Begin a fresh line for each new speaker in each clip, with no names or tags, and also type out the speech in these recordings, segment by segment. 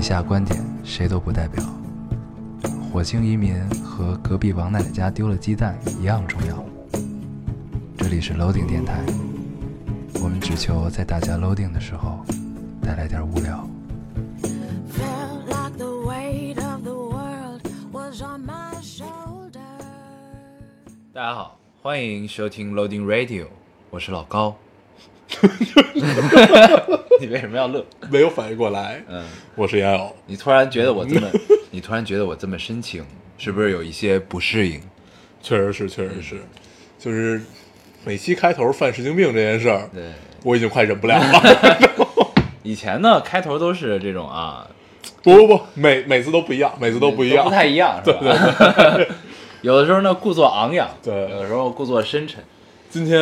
下观点谁都不代表。火星移民和隔壁王奶奶家丢了鸡蛋一样重要。这里是 Loading 电台，我们只求在大家 Loading 的时候带来点无聊。
Felt like the weight of the world was on my shoulders.
大家好，欢迎收听 Loading Radio，我是老 高。你为什么要乐？
没有反应过来。
嗯，
我是烟偶，
你突然觉得我这么，你突然觉得我这么深情，是不是有一些不适应？
确实是，确实是，就是每期开头犯神经病这件事儿，
对，
我已经快忍不了了。
以前呢，开头都是这种啊，
不不不，每每次都不一样，每次都不一样，
不太一样，是吧？有的时候呢，故作昂扬；
对
有的时候故作深沉，
今天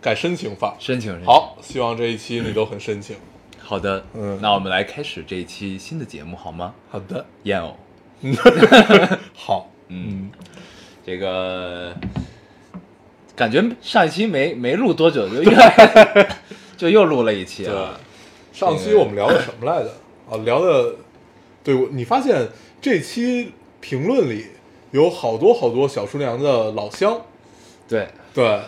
改深情法。
深情。深情，
好，希望这一期你都很深情。
好的，
嗯
那我们来开始这一期新的节目好吗？
好的，
燕偶，
好，
嗯，这个感觉上一期没没录多久就又 就又录了一期
对
啊，。
上期我们聊的什么来着？啊，聊的，对，我你发现这期评论里有好多好多小厨娘的老乡，
对，
对，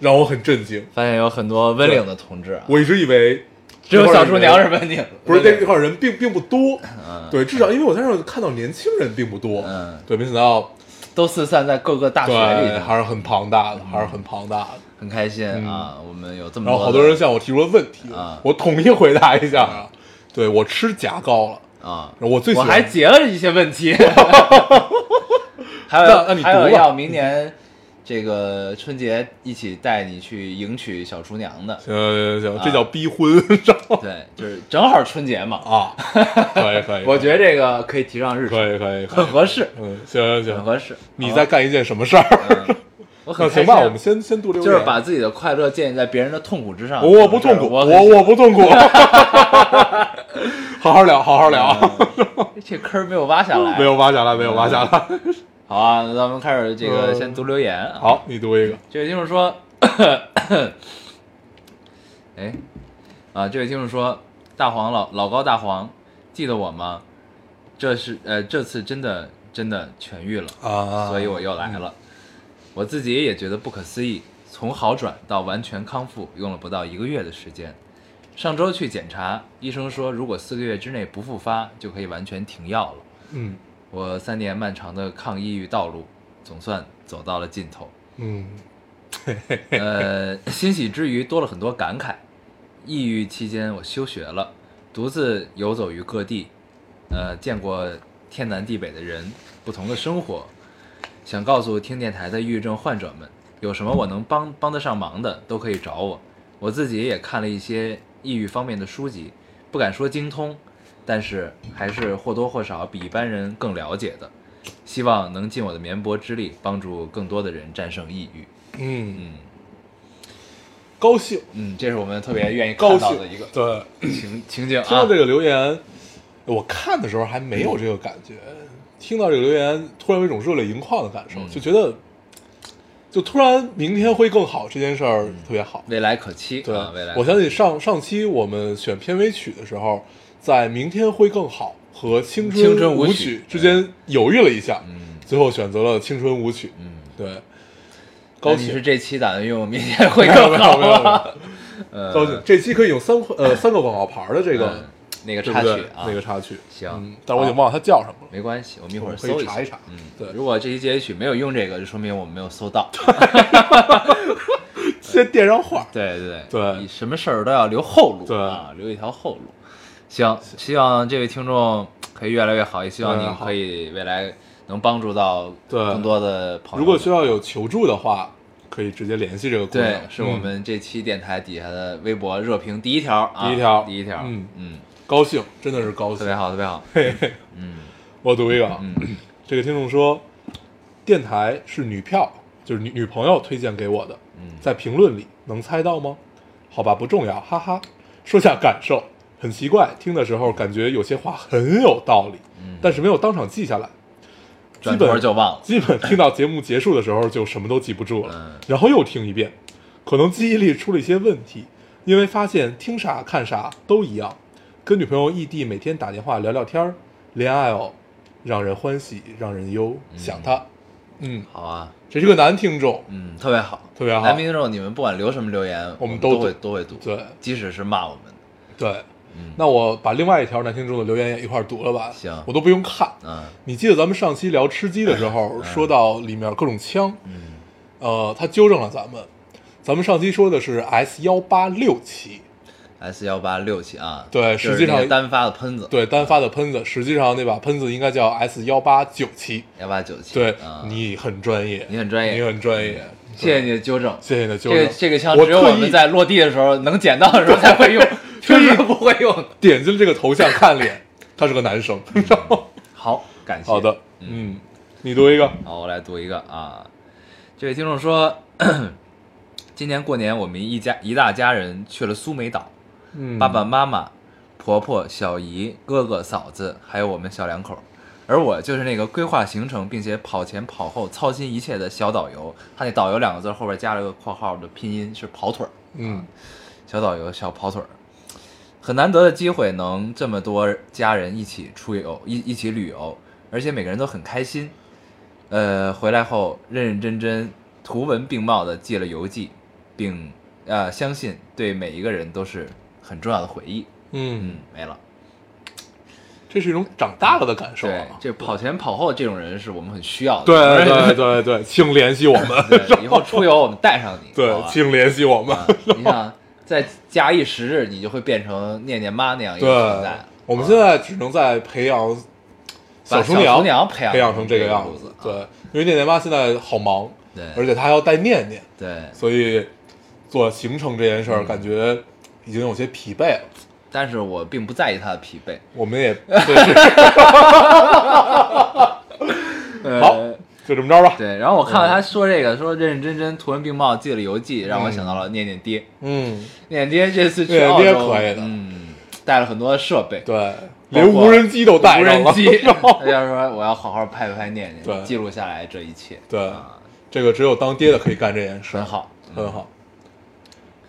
让我很震惊。
发现有很多温岭的同志啊，
我一直以为
只有
这块儿
小
人
厨娘是温岭，
不是这
温岭
块儿人并并不多，
嗯
对，至少因为我在那儿看到年轻人并不多，
嗯
对，没想到，
都四散在各个大学
对，
里，嗯
还是很庞大的，还是很庞大的。
很开心啊。我们有这么
嗯然
多的，
后好多人向我提出了问题
啊，
我统一回答一下啊，对我吃牙膏了，
啊，
我最喜
我还
欢
截了一些问 题，还
那
有
那你
还
读
有
吧
要明年这个春节一起带你去迎娶小厨娘的，
行行行
啊
行，呃这叫逼婚，知道吗
对，就是正好春节嘛，
啊，可以可以，
我觉得这个可以提上日程，
可以可以，可以
很合适，
嗯，行行
很
行，
合适。啊
你在干一件什么事 儿？
我很
那
开
行
心啊，
吧，我们先先读留言，
就是把自己的快乐建立在别人的痛苦之上。
我不痛苦，
啊我
我我不痛苦， 好好聊，好好聊啊。
这坑儿没有挖嗯下来，
没有挖下来，没有挖下来。
好啊，那咱们开始这个
嗯
先读留言啊。
好，你读一个。
这位听众说， 哎，啊，这位听众说，大黄老老高大黄，记得我吗？这是呃，这次真的真的痊愈了，
啊
所以我又来了。我自己也觉得不可思议，从好转到完全康复用了不到一个月的时间。上周去检查，医生说如果四个月之内不复发，就可以完全停药了。
嗯
我三年漫长的抗抑郁道路总算走到了尽头。
嗯
呃，欣喜之余多了很多感慨。抑郁期间，我休学了，独自游走于各地，呃，见过天南地北的人，不同的生活。想告诉听电台的抑郁症患者们，有什么我能帮帮得上忙的，都可以找我。我自己也看了一些抑郁方面的书籍，不敢说精通，但是还是或多或少比一般人更了解的。希望能尽我的绵薄之力，帮助更多的人战胜抑郁。
嗯，
嗯。
高兴，
嗯，这是我们特别愿意看
高
到
兴
的一个
对，
情 情景啊。
听到这个留言，我看的时候还没有这个感觉，听到这个留言，突然有一种热泪盈眶的感受
嗯，
就觉得，就突然明天会更好这件事儿
嗯
特别好。
未来可期，
对
啊、未来，
我相信上上期我们选片尾曲的时候，在《明天会更好》和《青春
青春舞
舞
曲
曲》之间犹豫了一下，
嗯
最后选择了《青春舞曲》。
嗯，
对，
那
高
你
兴
是这期打算用明天会
没有
更
没
好啊
有没有没
吗？
有
呃
高兴。这期可以有三呃三个广告牌的这
嗯
个
那个
对
插
不
曲
对
啊，
那个插曲，
行
嗯但我已经忘了它叫什么了。
没关系，我们一会儿
我可以
搜
查一查
嗯，
对
如果这期结尾曲没有用这个，就说明我们没有搜到。呃
先垫上话，
对对
对
你什么事儿都要留后路，
对
啊，留一条后路。行，希望这位听众可以越来越好，也希望
嗯
你
好
可以未来能帮助到
对
更多的朋友们。
如果需要有求助的话，可以直接联系这个姑娘
对，。是我
嗯
们这期电台底下的微博热评第一条啊，
第一条
第一条，
嗯
嗯，
高兴，真的是高
特
兴
别。好，特别好，
嘿嘿，
嗯
我读一个啊，
嗯
这个听众说，电台是女票，就是女女朋友推荐给我的，
嗯，
在评论里能猜到吗？好吧，不重要，哈哈。说下感受，很奇怪，听的时候感觉有些话很有道理，
嗯
但是没有当场记下来，
转
基
头
本
就忘了，
基本听到节目结束的时候就什么都记不住了，
嗯
然后又听一遍，可能记忆力出了一些问题，因为发现听啥看啥都一样，跟女朋友异地每天打电话聊聊天儿，怜爱哦，让人欢喜，让人忧，想他。嗯，
好啊，
这是个男听众，
嗯，特别好，
特别好
男听众，你们不管留什么留言，
我
我
们
们
都
会
读
都会读，
对
即使是骂我们的，
对。
嗯
那我把另外一条男听众的留言也一块儿读了吧，
行
我都不用看。
嗯
你记得咱们上期聊吃鸡的时候，说到里面各种枪，
嗯，
呃，他纠正了咱们。咱们上期说的是 S 幺八六七，
S 幺八六七啊，
对
就是
实际上
那个单发的喷子，
对单发的喷子，实际上那把喷子应该叫 S 幺八九七。
幺八九七，
对、
啊
你很专业，
你很专业
你很专业。
嗯谢谢你的纠正，
谢谢你的纠
这
正。
个这个枪
我
只有我
特意
们在落地的时候能捡到的时候才会 用， 平时不会用。
点进这个头像看脸， 他是个男生。
嗯
然后
好，感谢。
好的，嗯，你读一个，
好，我来读一个啊。这位听众说， 今年过年我们一家一大家人去了苏梅岛，
嗯
爸爸妈妈、婆婆、小姨、哥哥、嫂子，还有我们小两口。而我就是那个规划行程并且跑前跑后操心一切的小导游。他那“导游”两个字后边加了个括号的拼音是跑腿儿。
嗯，
小导游小跑腿儿，很难得的机会能这么多家人一起出游，一一起旅游，而且每个人都很开心。呃，回来后认认真真、图文并茂的记了游记，并呃相信对每一个人都是很重要的回忆。
嗯
嗯，，没了。
这是一种长大了的感受
对
啊，。
这跑前跑后这种人是我们很需要的。
对对对对，请联系我们。
对以后出游我们带上你。好
对，
吧
请联系我们。
啊你想再加一时日，你就会变成念念妈那样一
对
个存在。，
我们现在只能在培养
把
厨
小
娘，
厨娘培养
培养成这个样
成
子。啊
这
对
个路子，
因为念念妈现在好忙，
对
而且她还要带念念，
对，
所以做行程这件事儿，
嗯
感觉已经有些疲惫了。
但是我并不在意他的疲惫。
我们也对， 好
呃，嗯
就这么着吧。
对。然后我看到他说这个，说认认真真、图文并茂记了游记，让我想到了念念爹。
嗯，
念念爹这次去
念
澳
念爹
洲，
可以的
嗯，带了很多设备，，
对，连无人机都带
无
上
人
了。
机。他就说我要好好拍拍念念，
对
记录下来这一切，
对
啊，
这个只有当爹的可以干这件事，
很，好。
很好。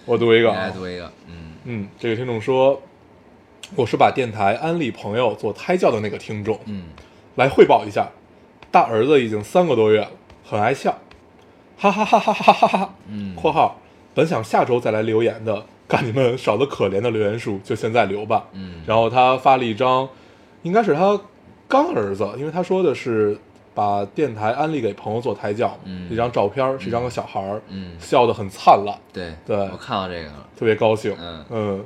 我读一
你
个
来
啊，
读一个，嗯
嗯，这个听众说，我是把电台安利朋友做胎教的那个听众，
嗯，
来汇报一下，大儿子已经三个多月了，很爱笑，哈哈哈哈哈哈哈哈。
嗯
括号本想下周再来留言的，看你们少的可怜的留言数，就现在留吧。
嗯
然后他发了一张，应该是他干儿子，因为他说的是把电台安利给朋友做胎教，
嗯
一张照片儿是一张个小孩儿，
嗯
笑得很灿烂，
对
对
我看到这个了。
特别高兴。
嗯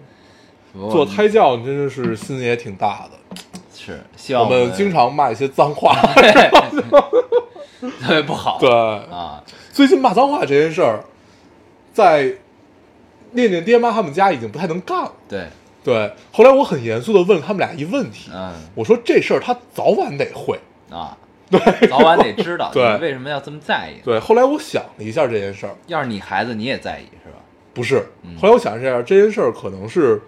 不过
做胎教真的是心也挺大的，
是希望
我们经常 骂一些脏话，
特别不好，
对
啊，
最近骂脏话这件事儿，在念念爹妈他们家已经不太能干了。
对，
对，后来我很严肃的问他们俩一问题，
嗯
我说这事儿他早晚得会。
啊，对， 早晚得知道，
对
你为什么要这么在意？
对，后来我想了一下这件事儿，
要是你孩子，你也在意是吧？
不是，
嗯
后来我想了一下这件事儿，可能是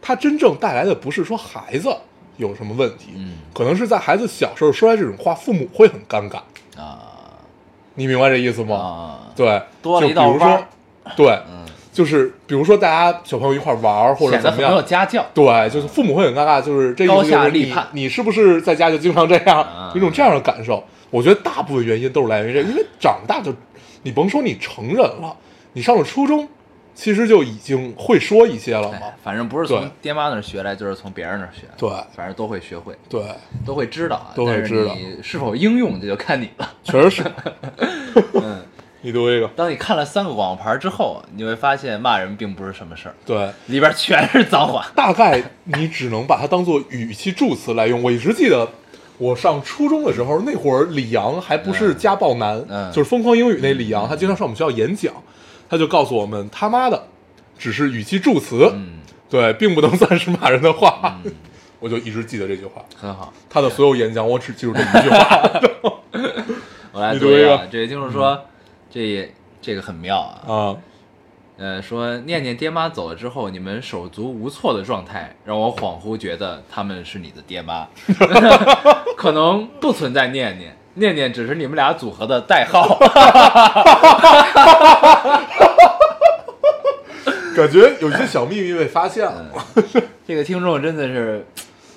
他真正带来的不是说孩子有什么问题，
嗯
可能是在孩子小时候说出来这种话，父母会很尴尬。
啊
你明白这意思吗？
啊，
对，
多了
就
一道
比如
弯儿
说，对，
嗯，
就是比如说大家小朋友一块儿玩儿或者
显得
怎么
很
样
没有，家教，
对，就是父母会很尴尬，就是这意思
高
就是
下
你
立判
你是不是在家就经常这样
啊，
有一种这样的感受？我觉得大部分原因都是来源于这个，因为长大就你甭说你成人了，你上了初中，其实就已经会说一些了嘛
哎。，反正不是从
对
爹妈那儿学来，就是从别人那儿学，
对
反正都会学会，
对，
都会知道啊，
都会
但是
知道
你是否应用这就看你了。
确实是。
嗯，
你读一个，
当你看了三个广告牌之后，你会发现骂人并不是什么事儿，
对，
里边全是脏话。
大概你只能把它当做语气助词来用。我一直记得。我上初中的时候，那会儿李阳还不是家暴男，
嗯
就是《疯狂英语》那李阳，他经常上我们学校演讲，他就告诉我们他妈的，只是语气助词，
嗯，
对，并不能算是骂人的话。我就一直记得这句话，
很好。
他的所有演讲我只记住这一 句话。
我来
你
读
读一
一
个
个，这位听众说，这这个很妙啊，
啊，
呃，说念念爹妈走了之后，你们手足无措的状态，让我恍惚觉得他们是你的爹妈， 可能不存在念念，念念只是你们俩组合的代号。
感觉有一些小秘密被发现了。
嗯这个听众真的是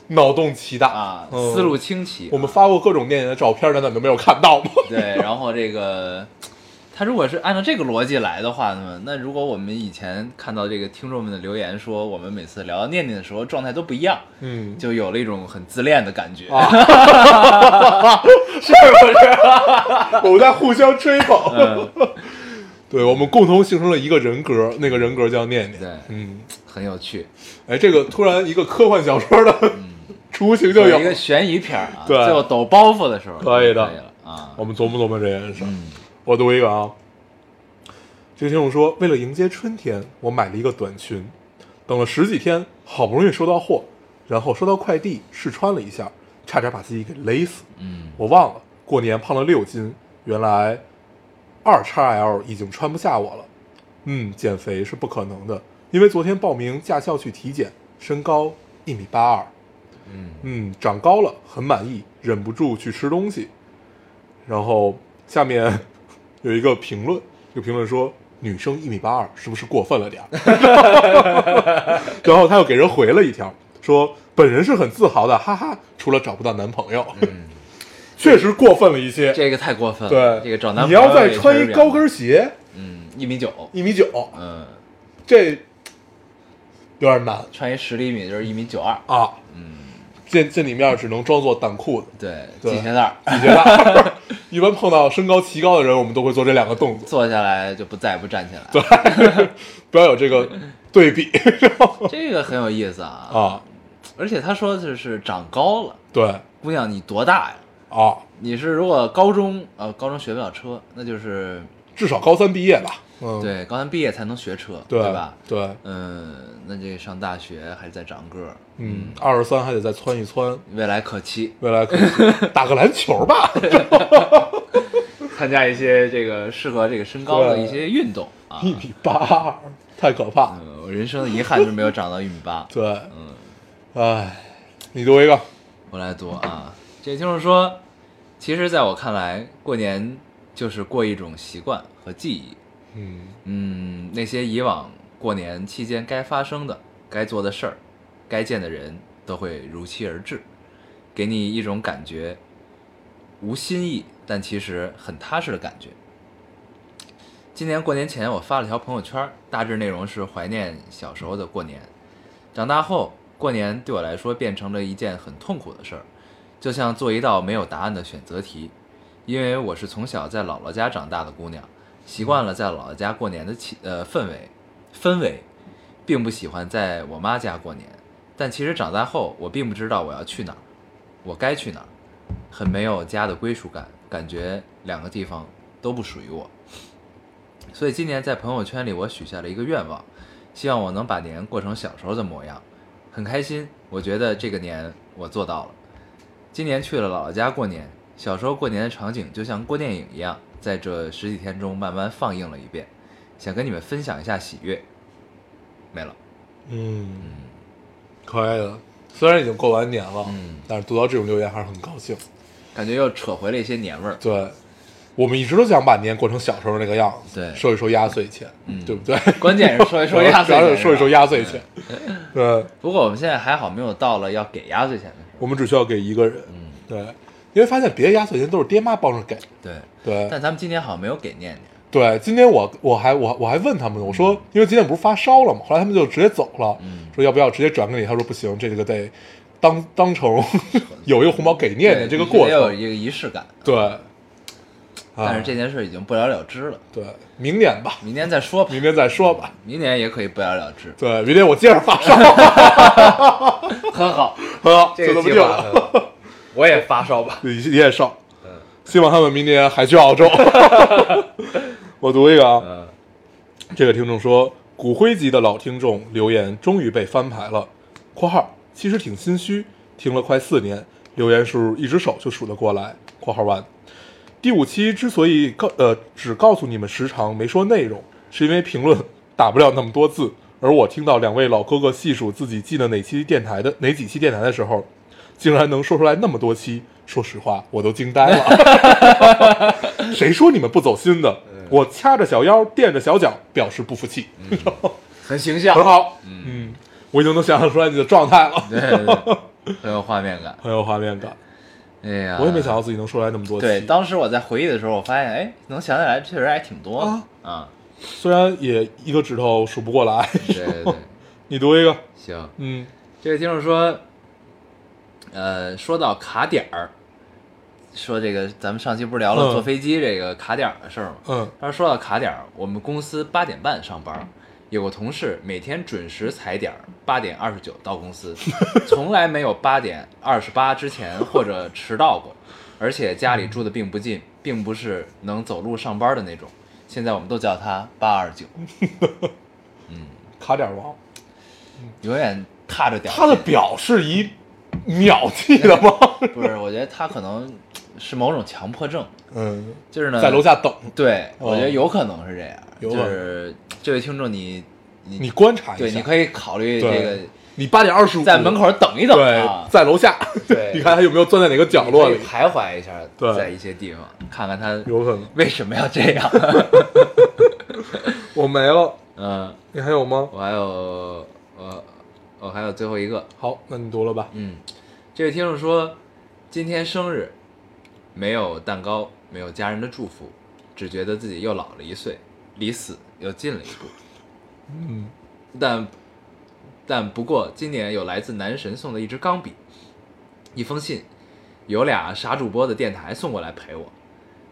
脑洞奇大
啊，
嗯
思路清奇啊。
我们发过各种电影的照片，难道你都没有看到吗？
对，然后这个，他如果是按照这个逻辑来的话呢，那如果我们以前看到这个听众们的留言说，我们每次聊到念念的时候状态都不一样，
嗯，
就有了一种很自恋的感觉，
啊
是不是？
我们在互相吹捧，
嗯，
对我们共同形成了一个人格，那个人格叫念念。
对
嗯，
很有趣，
哎，这个突然一个科幻小说的雏形就
嗯一个
有，
悬疑片儿啊，
对
最后抖包袱的时候
可以的
可以了啊
我，们琢磨琢磨这件事儿。
嗯，
我读一个啊，这个听众说，为了迎接春天，我买了一个短裙，等了十几天，好不容易收到货，然后收到快递，试穿了一下，差点把自己给勒死。
嗯，
我忘了，过年胖了六斤，原来二叉 L 已经穿不下我了。嗯，减肥是不可能的，因为昨天报名驾校去体检，身高一米八二。
嗯
嗯，长高了，很满意，忍不住去吃东西。然后下面 有一个评论，这个评论说：“女生一米八二是不是过分了点儿？” 然后他又给人回了一条，说：“本人是很自豪的，哈哈，除了找不到男朋友， 确实过分了一些。
这个太过分了，
对，
嗯这个找男
你
朋友
要再
也
穿
确
一
实
高
这样
跟，鞋，
嗯，一米九，
一米九，
嗯，
这有点难
穿一十厘米就是一米九二，
啊。
嗯，
见见你面只能装作短裤子。”
对，
对
系鞋带儿。
你觉得？一般碰到身高奇高的人，我们都会做这两个动 作，
坐下来就不再也不站起来。
不要有这个对比
这个很有意思啊！
啊。
而且他说就是长高了，
对
姑娘你多大呀？
啊，
你是如果高中呃高中学不了车，那就是
至少高三毕业吧。嗯，
对高三毕业才能学车，
对
吧？
对，
嗯，那这上大学还在长个儿，
嗯，二十三还得再窜一窜，
未来可期。
未来可期 打个篮球吧。
参加一些这个适合这个身高的一些运动啊。
一米八二，太可怕。
嗯，我人生的遗憾就是没有长到一米八。
对，哎，你读一个
我来读啊，这听众说，其实在我看来，过年就是过一种习惯和记忆。
嗯
嗯，那些以往过年期间该发生的、该做的事儿、该见的人，都会如期而至，给你一种感觉无新意，但其实很踏实的感觉。今年过年前，我发了条朋友圈，大致内容是怀念小时候的过年。长大后，过年对我来说变成了一件很痛苦的事儿，就像做一道没有答案的选择题。因为我是从小在姥姥家长大的姑娘，习惯了在姥姥家过年的气呃氛围氛围，并不喜欢在我妈家过年。但其实长大后，我并不知道我要去哪儿，我该去哪儿，很没有家的归属感，感觉两个地方都不属于我。所以今年在朋友圈里，我许下了一个愿望，希望我能把年过成小时候的模样，很开心。我觉得这个年我做到了。今年去了姥姥家过年，小时候过年的场景就像过电影一样，在这十几天中慢慢放映了一遍，想跟你们分享一下喜悦。没了，
嗯，可以的。虽然已经过完年了，
嗯
但是读到这种留言还是很高兴。
感觉又扯回了一些年味儿。
对，我们一直都想把年过成小时候那个样子，
对
收一收压岁钱，
嗯
对不对？
关键是说一说压岁
主要
钱，
是收一收压岁钱
嗯。。
对，
不过我们现在还好，没有到了要给压岁钱的时候。
我们只需要给一个人。
嗯，
对，因为发现别的压岁钱都是爹妈帮着给。
对。
对
但咱们今年好像没有给念念。
对，今天我我还我我还问他们，我说因为今天不是发烧了嘛，后来他们就直接走了，
嗯
说要不要直接转给你？他说不行，这个得当 当成有一个红包给念念
对
这个
必须
过
得有
程。啊
一个仪式感。
对，啊
但是这件事已经不了了之了，
对明年吧，
明年再说吧
明。年再说吧。
明年也可以不了了之，
对，明天我接着发烧。
很好。
好，
这
就
个
这么
计
定
划
了。
很好， 我也发烧吧。嗯
你你也上，希望他们明年还去 澳洲。我读一个啊，
嗯
这个听众说，骨灰级的老听众留言终于被翻牌了（括号其实挺心虚，听了快四年，留言数一只手就数得过来）（括号完）。第五期之所以告呃只告诉你们时长没说内容，是因为评论打不了那么多字，而我听到两位老哥哥细数自己进了哪期电台的哪几期电台的时候，竟然能说出来那么多期，说实话我都惊呆了。 谁说你们不走心的？
嗯
我掐着小腰，垫着小脚，表示不服气，嗯
很形象嗯
很。好。嗯，我已经能想象出来你的状态了。
对对对 很有画面感。
很有画面感。
哎呀，
我也没想到自己能说出来那么多期。
对，当时我在回忆的时候，我发现，哎，能想起来确实还挺多的
啊
啊。
虽然也一个指头数不过来。
对对对，
你读一个，
行。
嗯，
这位听众说，呃，说到卡点儿，说这个咱们上期不是聊了
嗯
坐飞机这个卡点儿的事儿吗？
嗯
他说说到卡点儿，我们公司八点半上班，有个同事每天准时踩点儿，八点二十九到公 司，从来没有八点二十八之前或者迟到过，而且家里住的并不近，并不是能走路上班的那种。现在我们都叫他八二九，
卡点王，
永远踏着点儿
他的
进
表是以秒计的 吗？
不是，我觉得他可能是某种强迫症，
嗯，
就是呢，
在楼下等，
对，
哦
我觉得有可能是这样。
有可
就
能
是这位听众你，你
你观察一下，
对，你可以考虑这个
对，你八点二十五
在门口等一等啊
对，，在楼下，
对
你看他有没有钻在哪个角落
你
里
可以，徘徊一下，
对
在一些地方看看他
有可能。
为什么要这样。
我没了，
嗯，
你还有吗？
我还有我我还有最后一个，
好，那你读了吧。
嗯，这位听众说今天生日，没有蛋糕，没有家人的祝福，只觉得自己又老了一岁，离死又近了一步。
嗯，
但但不过今年有来自男神送的一支钢笔，一封信，有俩傻主播的电台送过来陪我，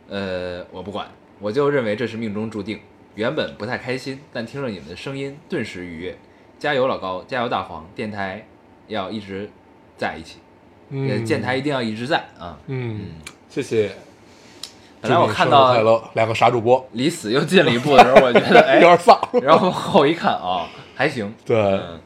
呃，我不管，我就认为这是命中注定。原本不太开心，但听了你们的声音，顿时愉悦。加油，老高！加油，大黄！电台要一直在一起，呃
嗯，
电台一定要一直在啊！
嗯，谢谢。
本来我看
祝你生日快
到
乐两个傻主播，
离死又近了一步的时候，我觉得
有
哎，
点丧。
然后往后一看啊、还行，
对，
嗯，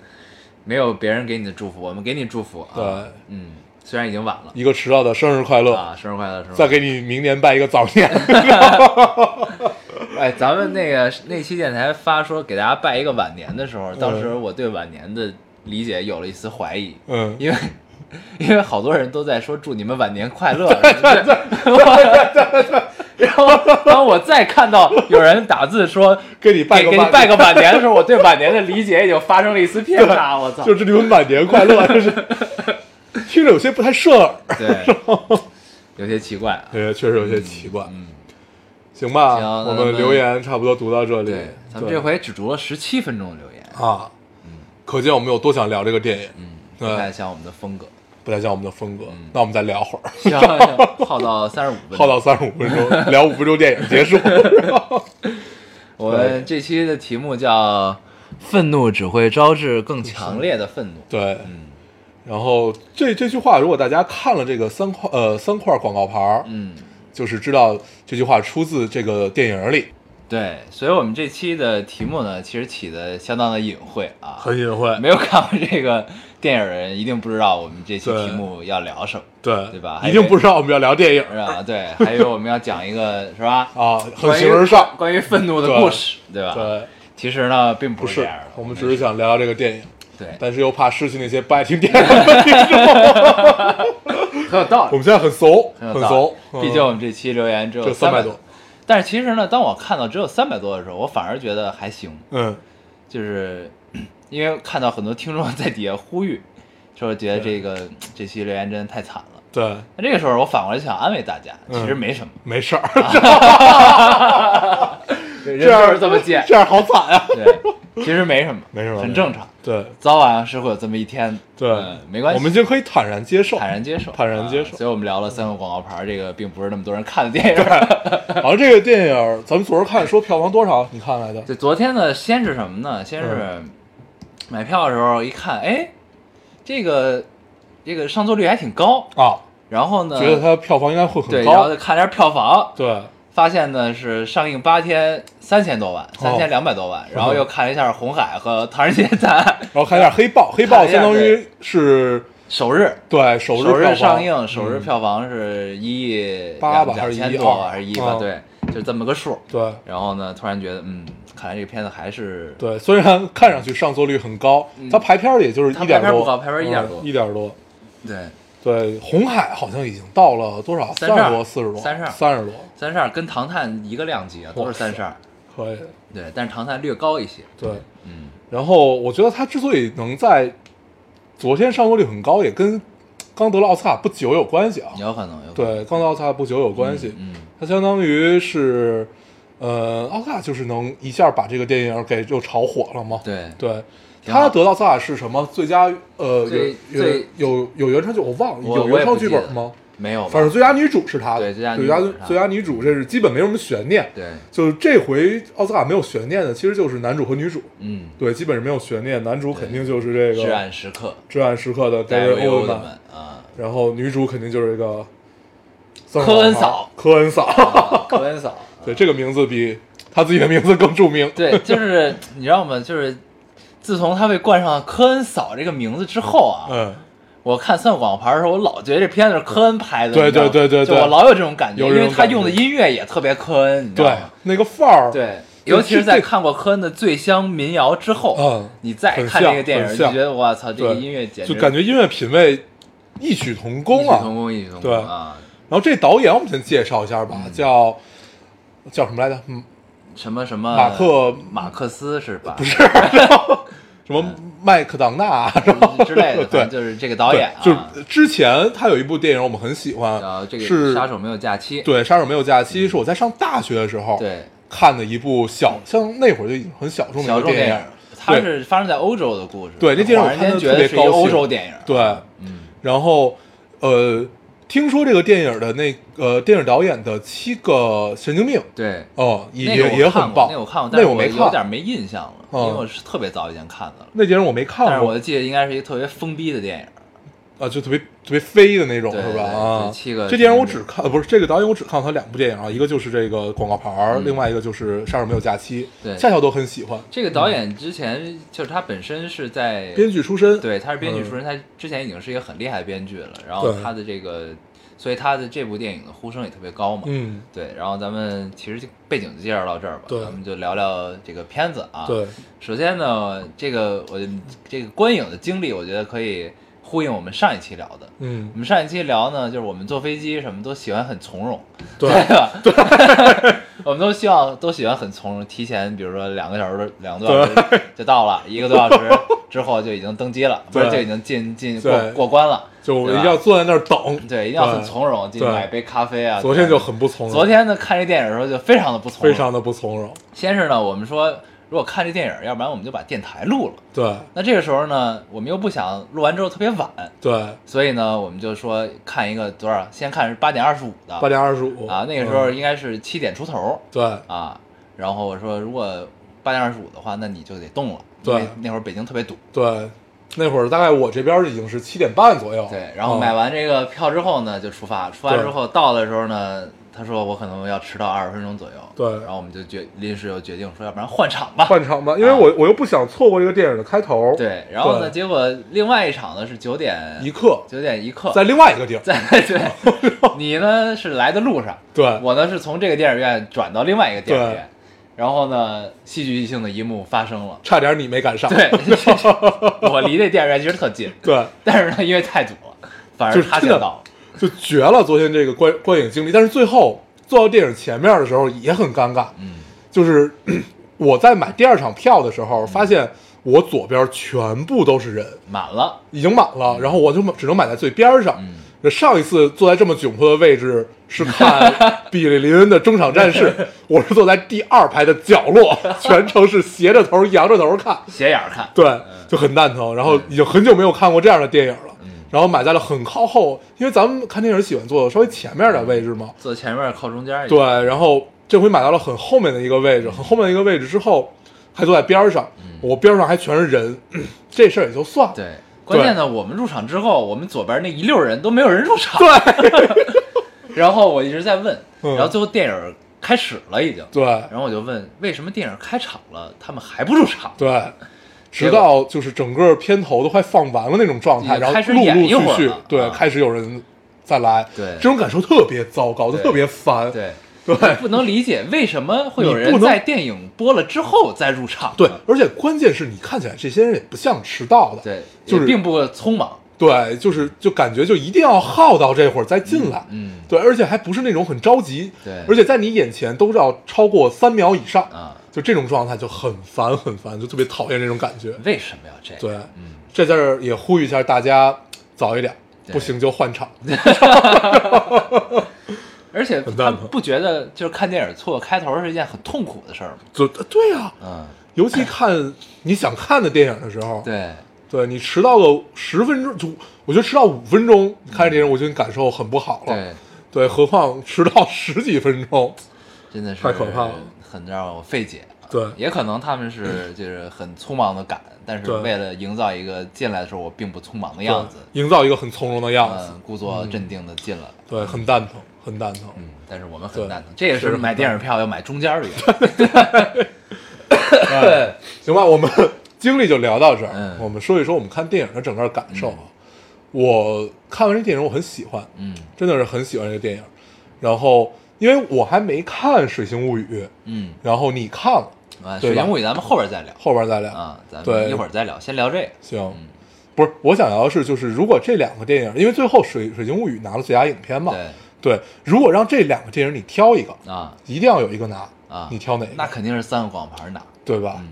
没有别人给你的祝福，我们给你祝福啊。
对，
嗯，虽然已经晚了
一个迟到的生日快乐，
啊，生日快乐，生日快
再
乐！
给你明年拜一个早年。
哎，咱们那个那期电台发说给大家拜一个晚年的时
嗯
候，当时我对晚年的理解有了一丝怀疑，
嗯，
因为 因为好多人都在说祝你们晚年快 乐，对对对 然后，当我再看到有人打字说
给你拜
给
个
给你拜个晚 年的时候，我对晚年的理解已经发生了一丝偏差。我操！
就祝你们晚年快 乐，就是听着有些不太顺耳，
对，有些奇怪啊。
对，确实有些奇怪。嗯行吧，
行那
我
咱
们
们
留言差不多读到这里
对，，咱们
对
这回只读了十七分钟的留言，
啊，可见我们有多想聊这个电影，
嗯不太嗯
对，
像我们的风 格。
不太像我们的风格。那我们再聊会儿，
行，耗到三十五分钟。
耗到三十五 分钟，聊五分钟电影结束。
我们这期的题目叫“愤怒只会招致更强烈的愤怒
对，
嗯
然后这这句话，如果大家看了这个三块呃三块广告牌儿”。，
嗯，
就是知道这句话出自这个电影里，
对，所以我们这期的题目呢，其实起的相当的隐晦啊。
隐晦
没有看过这个电影的人，一定不知道我们这期
对
题目要聊什么，
对
对吧还
一
以为
定不知道我们要聊电影
是吧？ 对，还以为我们要讲一个是吧？
啊，很
关于
形而上。
关于愤怒的故事，对吧？
对，
其实呢，并
不
不这
是
样的，，嗯
我们只是想聊聊这个电影，
对，
但是又怕失去那些不爱听电 影的听众。
很有道
我
理，
们现在很怂，
很有
很
道
怂
理。，毕竟我们这期留言只有
这
三
三
百
百多，，
但是其实呢，当我看到只有三百多的时候，我反而觉得还行，
嗯，
就是嗯因为看到很多听众在底下呼吁，说觉得这个嗯这期留言真的太惨了。
对，
那这个时候，我反过来想安慰大家，其
嗯
实没什么，
没事儿，
人
这样
就是这么贱，
这样好惨啊。
对，其实没什么，
没什么
很正常。
对
早晚是会有这么一天，
对
呃，没关系，
我们就可以坦然接受，
坦然接受，
坦然接受
啊所以我们聊了三个广告牌，这个并不是那么多人看的电 影。
好像这个电影，咱们昨儿看说票房多少？你看来的？
对，昨天呢，先是什么呢？先是
嗯
买票的时候一看，哎，这个这个上座率还挺高，
啊，
然后呢，
觉得它票房应该会很
嗯对，然后
高
再。看了一下票房，
对，
发现呢是上映八天三千多万，三
哦
千两百多万，然后又看了一下《红海》和《唐人街探案》
然后看一下黑豹，黑
看
豹
一下
相当于是
首日。
对首
首
日票
日
房嗯
上映，首日票房是一亿
八吧
两
还是
千
一
多
二
还是一亿吧？
嗯
对，就这么个数。
对
然后呢，突然觉得，嗯，看来这个片子还是
对，虽然看上去上座率很高，它排片儿也就是
嗯它
一点
排片儿不
多，
高排片儿一点
嗯
多
一点多。
对
对，红海好像已经到了多少？
32
三十多、四十多、
32
三十多，
三十二跟唐探一个量级啊，都是
哇塞
三十二。
可以的。
对，但是唐探略高一些。
对，
嗯，
然后我觉得它之所以能在昨天上座率很高，也跟刚得了奥斯卡不久有关系啊。
有可能有可能
对，刚得奥斯卡不久有关系，
嗯
它相当于是，呃，奥斯卡就是能一下把这个电影给就炒火了嘛。
对
对，
挺好
他得到奥斯卡是什么？最佳呃
最
原
最
原有有原创剧我忘了，
我
有
我也
原
不
创
记
剧
得
本吗？
没有吧，
反正最佳女主是她
对
的，
最佳女
最
主
佳
是她
最佳女主这是基本没有什么悬念。
对，
就是这回奥斯卡没有悬念的，其实就是男主和女主，
嗯，
对，基本是没有悬念。男主肯定就是这个
至暗时刻，
至暗时刻的
戴
Gary
维欧
Oldman，
的们啊，
然后女主肯定就是一个算
科恩
好
嫂
吧， 科恩嫂，
啊科恩嫂，
对，这个名字比他自己的名字更著名。
对，就是你让我们就是，自从他被冠上科恩嫂这个名字之后啊，
嗯，
我看三广告牌的时候，我老觉得这片子是科恩拍的，
对
你知道吗
对对对
就
对
我老有这种感觉，
有
因
这种
为他
感觉
用的音乐也特别科恩，你知道
对
吗？，
那个范儿，，
对，
尤
尤其是
其
在
这
看过科恩的《醉乡民谣》之后，
嗯
你再
很
看这
像
个电影，
很
你
像
觉得我操，这个
对
音乐简直
就感觉音乐品味异曲同
异
工
曲
啊。
同工，异曲同工
对
啊！
然后这导演我们先介绍一下
嗯
吧，叫叫什么来着？嗯，
什么什么
马克
马克思是吧？
不是，什么麦克当娜，然后
之类的，反正
对
就是这个嗯导演啊，
对就是之前他有一部电影我们很喜欢，
呃，这个
啊是
杀手没有假期，
对《杀手没有假期》，是我在上大学的时候
嗯对
看的一部小，像那会儿就已经很小众的
小
一个
众
电
影，它
对
是发生在欧洲的故事，
对这电影
忽
我
然
看
间
得
觉得
特别
是一个
高兴
欧洲电影，
对，
嗯，
然后呃，听说这个电影的那呃电影导演的七个神经病
对，
哦，也
那个
也
我
也
看
很
过
棒，
那个我看过，但
那
是
我没
有
看，
点没印象了，因
嗯
为我是特别早以前看的了，
那电影我没看
但是
过
我记得应该是一个特别封闭的电影，
啊，就特别特别飞的那种
对
是
对
吧？啊
对，七个
这电影我
神经
只看，呃不是这个导演我只看过他两部电影啊，一个就是这个广告牌儿，
嗯
另外一个就是《杀手没有假期》，
对
恰巧都很喜欢。
这个导演之前就是他本身是在
嗯编剧出身，
对，他是编剧出身，他之前已经是一个很厉害的编剧了。然后
对
他的这个，所以他的这部电影的呼声也特别高嘛。
嗯，
对，然后咱们其实就背景就介绍到这儿吧，
对
咱们就聊聊这个片子啊。，
对，
首先呢，这个我这个观影的经历，我觉得可以呼应我们上一期聊的。
嗯
我，们上一期聊呢，就是我们坐飞机什么都喜欢很从容，
对
吧？对， 我们都希望都喜欢很从容，提前比如说两个小时、两个多小时就到了，一个多小时之后就已经登机了，不是
对
就已经进进过
对
过关了。
就我
对
一
吧
定要坐在那儿等。
对，一定要很从容，进去
对
买杯咖啡啊。
昨天就
对
很不从容，
昨天呢，看这电影的时候就非常的不从
非
容。
常的不从容。
先是呢，我们说如果看这电影，要不然我们就把电台录了。
对
那这个时候呢，我们又不想录完之后特别晚，
对，
所以呢，我们就说看一个多少，先看是八点二十五的，
八点二十五嗯
啊，那个时候应该是七点出头
对
啊。然后我说，如果八点二十五的话，那你就得动了，
对
因为那会儿北京特别堵。
对，那会儿大概我这边已经是七点半左右。
对，然后
嗯
买完这个票之后呢，就出发。出发
对
之后到的时候呢，他说我可能要迟到二十分钟左右。
对
然后我们就决临时又决定说，要不然换场吧。
换场吧，因为我我又不想错过这个电影的开头。，
啊对，然后呢，
哦对
结果另外一场呢是九点
一刻
九点一刻，
在另外一个地儿。
在对，你呢是来的路上，
对
我呢是从这个电影院转到另外一个电影
对
院，然后呢，戏剧性的一幕发生 了。
差点你没赶上。
对， 我离这电影院其实特近，
对，
但是呢，因为太堵了，反而
就是
他先
真的
到了。
就绝了！昨天这个观观影经历，但是最后坐到电影前面的时候也很尴尬。
嗯，
就是 我在买第二场票的时候，发现我左边全部都是人，
满了。
已经满了，然后我就只能买在最边上。
嗯
那上一次坐在这么窘迫的位置是看 比利林恩的中场战事，我是坐在第二排的角 落，全程是斜着头、扬着头看，
斜眼儿看，
对，就很蛋疼。然后
嗯
已经很久没有看过这样的电影了，然后买在了很靠后，因为咱们看电影喜欢坐稍微前面点位置嘛，
坐前面靠中间儿一
对
点。，
然后这回买到了很后面的一个位置，
嗯
很后面的一个位置之后，还坐在边儿上，我边儿上还全是人， 这事儿也就算了。
对，关键呢，我们入场之后，我们左边那一溜人都没有人入场。
对
然后我一直在问，
嗯
然后最后电影开始了已经，
对
然后我就问为什么电影开场了，他们还不入场？
对，
结
直
果
到就是整个片头都快放完了那种状
已
态，
经
然
开
后
始
陆
演
陆
一会
续
儿
续
了
对
啊
开始有人再来，
对
这种感受特别糟糕，就
对
特别烦。
对，
对
我不能理解为什么会有
你
人
不能
在电影播了之后再入场呢。
对，而且关键是你看起来这些人也不像迟到的，
嗯对，
就
也
是
并不匆忙。
对，就是就感觉就一定要耗到这会儿再进来，
嗯嗯
对，而且还不是那种很着急，
对
而且在你眼前都要超过三秒以上
啊，
就这种状态就很烦很烦，就特别讨厌这种感觉，
为什么要这样？
对，
嗯
这在这儿也呼吁一下大家早一点，
对
不行就换场。
而且
很
他
蛋疼
不觉得就是看电影错开头是一件很痛苦的事儿吗？
就对啊，
嗯，
尤其看你想看的电影的时候，
对，
对你迟到个十分钟，就我觉得迟到五分钟看电影，我就已经感受很不好了。
对，
对，何况迟到十几分钟，
真的是
太可怕了，
很让我费解。啊
对
也可能他们 是就是很匆忙的赶，但是
对
为了营造一个进来的时候我并不匆忙的
对
样子，
营造一个很从容的样子，
嗯，故作镇定的进来了。
对，很蛋疼，很蛋疼。
嗯，但是我们很
对
蛋疼，这也
是
是
很
买
蛋
电影票要买中间儿的原因。
行吧，我们 经历就聊到这儿。
嗯
我们说一说我们看电影的整个感受啊。我看完这电影，我很喜欢，
嗯
真的是很喜欢这个电影。然后，因为我还没看《水形物语》，
嗯，
然后你看了，
啊，
对
水
吧
晶物语咱们后边再聊
后边再聊。
啊，咱们
对
一会儿再聊，先聊这个。
行，嗯不是，我想要是就是，如果这两个电影，因为最后水《水晶物语》拿了最佳影片嘛，
对
对如果让这两个电影你挑一个，
啊
一定要有一个拿
啊
你挑哪个？
那肯定是三个广牌拿。
对吧？
嗯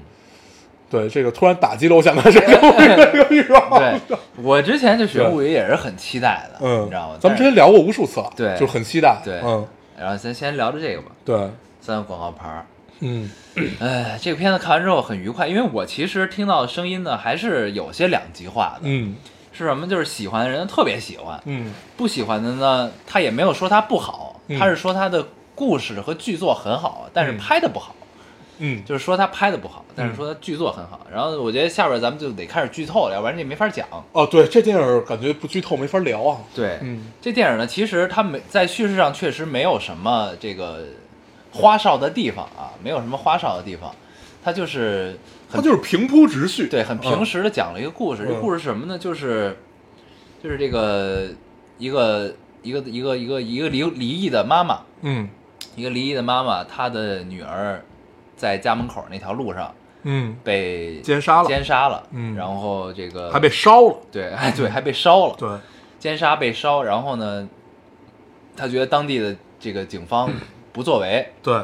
对，这个突然打击了我想看《水晶物语》这个欲望。
对，我之前对水晶物语也是很期待的，
嗯，
你知道吗？
咱们之
但是
前聊过无数次了，
对
就很期待。
对
嗯，
然后咱先聊着这个吧，
对，
三个广告牌儿。
嗯，
哎，这个片子看完之后很愉快，因为我其实听到声音呢，还是有些两极化的。
嗯，
是什么？就是喜欢的人特别喜欢，
嗯，
不喜欢的呢，他也没有说他不好，
嗯
他是说他的故事和剧作很好，但是
嗯
拍的不好。
嗯，
就是说他拍的不好，但是说他剧作很好。然后我觉得下边咱们就得开始剧透了，要不然这没法讲。
哦，对，这电影感觉不剧透没法聊啊。
对，
嗯，
这电影呢，其实它没在叙事上确实没有什么这个花哨的地方啊，没有什么花哨的地方，它就是
它
很
就是平铺直叙，
对很平
嗯，
实的讲了一个故事。这
嗯
故事是什么呢？就是就是这个一个一个一个一个一个离离异的妈妈，
嗯
一个离异的妈妈，她的女儿在家门口那条路上
嗯，
被
奸杀了
奸杀了，
嗯
然后这个
还被烧了。
对， 哎对，还被烧了，
对，
奸杀被烧，然后呢，他觉得当地的这个警 方不作为，
对，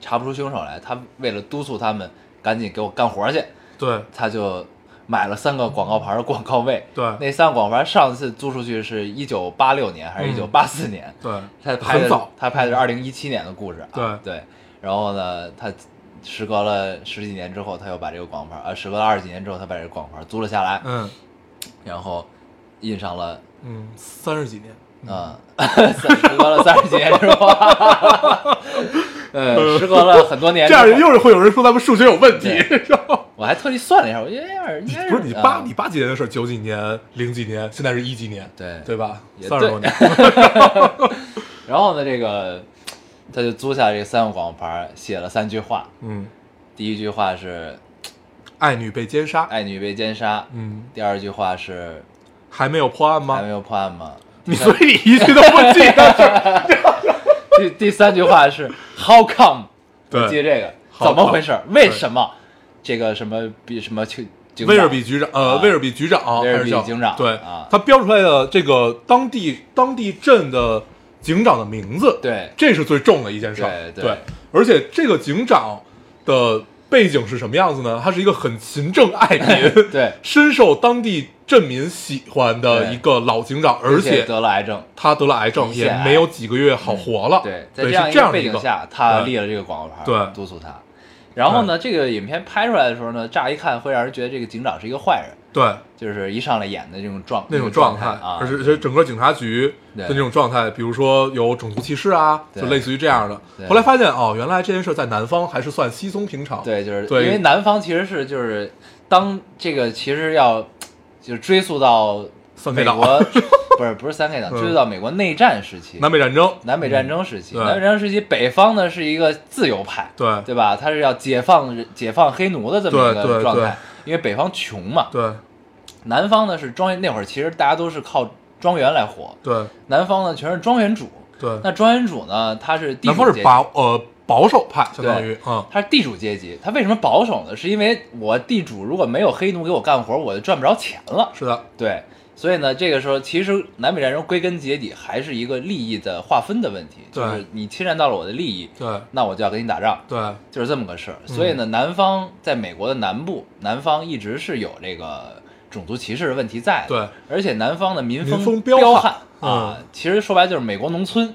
查不出凶手来，他为了督促他们赶紧给我干活去，
对，
他就买了三个广告牌的广告位，
对
那三个广告牌上次租出去是一九八六年还是一九八四年，
对，
他拍
嗯很
的
早
他拍的是二零一七年的故事啊，
对
然后呢，他时隔了十几年之后，他又把这个广告牌，呃，时隔了二十几年之后，他把这个广告牌租了下来，
嗯
然后印上了。
嗯，三十几年，嗯
啊，三时隔了三十几年之后，呃，时隔了很多年
这
之后，
样又是会有人说咱们数学有问题。
我还特地算了一下，我觉得这样应该
不是你八
啊
你八几年的事儿，九几年、零几年，现在是一几年，
对
对吧？
也
三十
对
多年，
然后呢，这个他就租下这三个广告牌，写了三句话。
嗯，
第一句话是
爱女被奸杀，
爱女被奸杀，
嗯，
第二句话是
还没有破案
还
吗
没？有破案吗？
你所以你一句都不记得，
第第三句话是 How come？
对
我记得这个
How
怎
come？
么回事？为什么这个什么比什么去 警
威尔
长
比局长，
啊
呃，威尔比局长，
威尔比
还是叫
警长
对
啊，
他标出来的这个当地当地镇的警长的名字，
对
这是最重的一件事儿，
对对
对，而且这个警长的背景是什么样子呢？他是一个很勤政爱 民，
对
深受当地镇民喜欢的
对
一个老警长，而且
得了癌症，
他得了癌症，
胰腺
也
癌
没有几个月好活了，
嗯对，在
对，
样
是
一
这
个
样
背
的一
景
个
下，他
对
立了这个广告牌，
对
督促他。然后呢，这个影片拍出来的时候呢，乍一看会让人觉得这个警长是一个坏人，
对。
就是一上来演的这种状
那种
状
状
态
态，
啊，
而且而且整个警察局的那种状态，比如说有种族歧视啊，
对
就类似于这样
对
的。后来发现哦，原来这件事在南方还是算稀松平常。
对，就是
对
因为南方其实是就是当这个其实要就是追溯到
三
美
K
国
党、
不是不是三 K 党，
嗯
追溯到美国内战时期。
南北战争，
南北战争时期，
嗯对
南北战争时期，北方呢是一个自由派，
对
对吧？他是要解放人解放黑奴的这么一个
对对
状
对
态，因为北方穷嘛，
对
南方呢是庄那会儿，其实大家都是靠庄园来活。
对
南方呢全是庄园主，
对，
那庄园主呢他是地
南
主
方
阶
是
级，
保呃保守派，相当于
对
嗯，
他是地主阶级。他为什么保守呢？是因为我地主如果没有黑奴给我干活，我就赚不着钱了。
是的，
对，所以呢，这个时候其实南北战争归根结底还是一个利益的划分的问题，就
对
是你侵占到了我的利益，
对
那我就要跟你打仗。
对嗯
就是这么个事儿。所以呢，南方在美国的南部，南方一直是有这个种族歧视的问题在的。
对，
而且南方的民
民风
彪
彪悍
啊，其实说白了就是美国农村，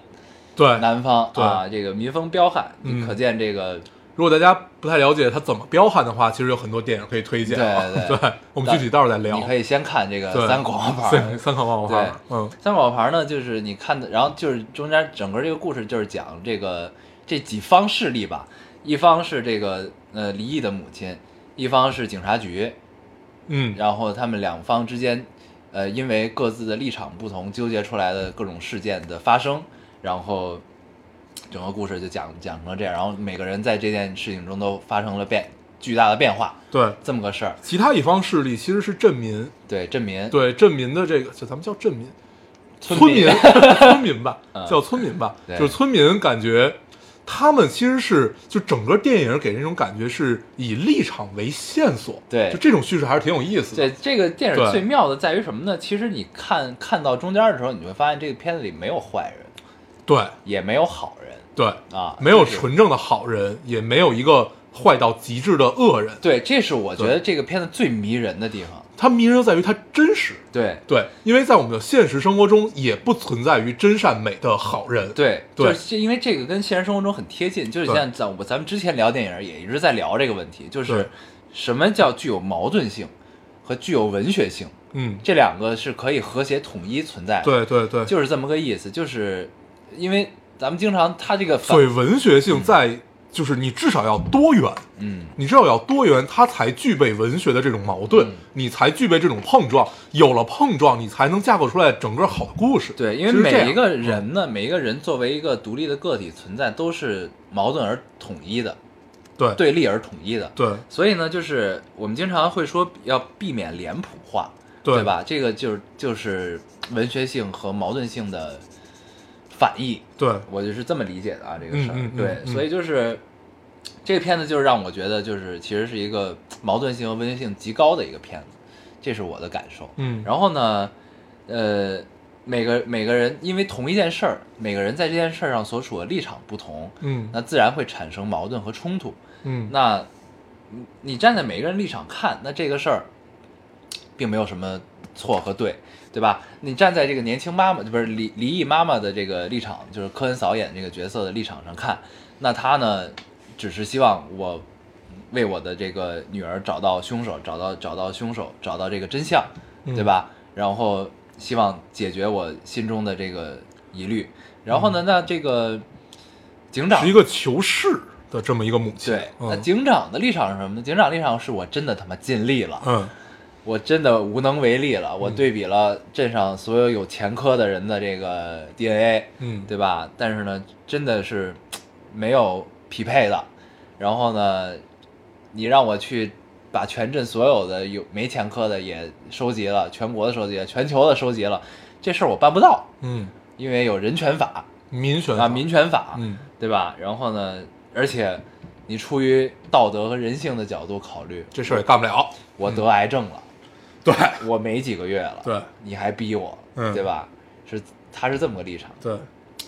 对，
南方
对
啊，这个民风彪悍，
嗯
可见这个
如果大家不太了解他怎么彪悍的话，其实有很多电影可以推荐啊。
对
对
对
我们具体到时候再聊。
你可以先看这个
对
三广告牌
三。三口漫画
对
儿，嗯，
三广告牌呢，就是你看的，然后就是中间整个这个故事就是讲这个这几方势力吧，一方是这个呃离异的母亲，一方是警察局，
嗯，
然后他们两方之间，呃，因为各自的立场不同，纠结出来的各种事件的发生，然后整个故事就讲讲成了这样，然后每个人在这件事情中都发生了变巨大的变化，
对。
这么个事儿。
其他一方势力其实是镇民，
对，镇民，
对镇民的这个，就咱们叫镇民，
村
村民 村民吧
嗯，
叫村民吧，
对
就是村民感觉他们其实是就整个电影给人一种感觉是以立场为线索，
对
就这种叙事还是挺有意思的，
对，这个电影
对
最妙的在于什么呢？其实你看看到中间的时候，你会发现这个片子里没有坏人，
对
也没有好人
对，
啊，
没有
就是
纯正的好人，也没有一个坏到极致的恶人，
对，这是我觉
对
得这个片子最迷人的地方。
它迷人就在于它真实，
对，
对，因为在我们的现实生活中也不存在于真善美的好人，
对，
对
就是因为这个跟现实生活中很贴近，就是
对
像咱我咱们之前聊电影也一直在聊这个问题，就
对
是什么叫具有矛盾性和具有文学性，
嗯，
这两个是可以和谐统一存在的，
对对对，
就是这么个意思，就是因为咱们经常它这个反
所以文学性在就是你至少要多元，
嗯
你至少要多元，它才具备文学的这种矛盾
嗯，
你才具备这种碰撞。有了碰撞，你才能架构出来整个好的故事。
对，因为
是这样
每一个人呢，每一个人作为一个独立的个体存在，都是矛盾而统一的，
对
对立而统一的，
对
所以呢，就是我们经常会说要避免脸谱化，
对
对吧？这个就是就是文学性和矛盾性的反义，
对
我就是这么理解的啊，这个事儿。
嗯嗯嗯
对，
嗯
所以就是这个片子就是让我觉得就是其实是一个矛盾性和文学性极高的一个片子，这是我的感受。
嗯
然后呢，呃，每个每个人因为同一件事儿，每个人在这件事儿上所处的立场不同，
嗯
那自然会产生矛盾和冲突。
嗯，
那你你站在每个人立场看，那这个事儿并没有什么错和对，对吧？你站在这个年轻妈妈，不是离离异妈妈的这个立场，就是科恩嫂演这个角色的立场上看，那她呢，只是希望我为我的这个女儿找到凶手，找到找到凶手，找到这个真相，
嗯
对吧？然后希望解决我心中的这个疑虑。然
嗯
后呢，那这个警长
是一个求是的这么一个母亲。
对，那
嗯
警长的立场是什么呢？警长立场是我真的他妈尽力了，
嗯
我真的无能为力了。我对比了镇上所有有前科的人的这个 DNA，
嗯，
对吧？但是呢，真的是没有匹配的。然后呢，你让我去把全镇所有的有没前科的也收集了，全国的收集了，全球的收集了，这事儿我办不到，
嗯，
因为有人权法
民选
啊，民权法，
嗯
对吧？然后呢，而且你出于道德和人性的角度考虑，
这事儿也干不了。
我得癌症了，
对
我没几个月了，
嗯对
你还逼我，
嗯
对吧？是他是这么个立场。
对，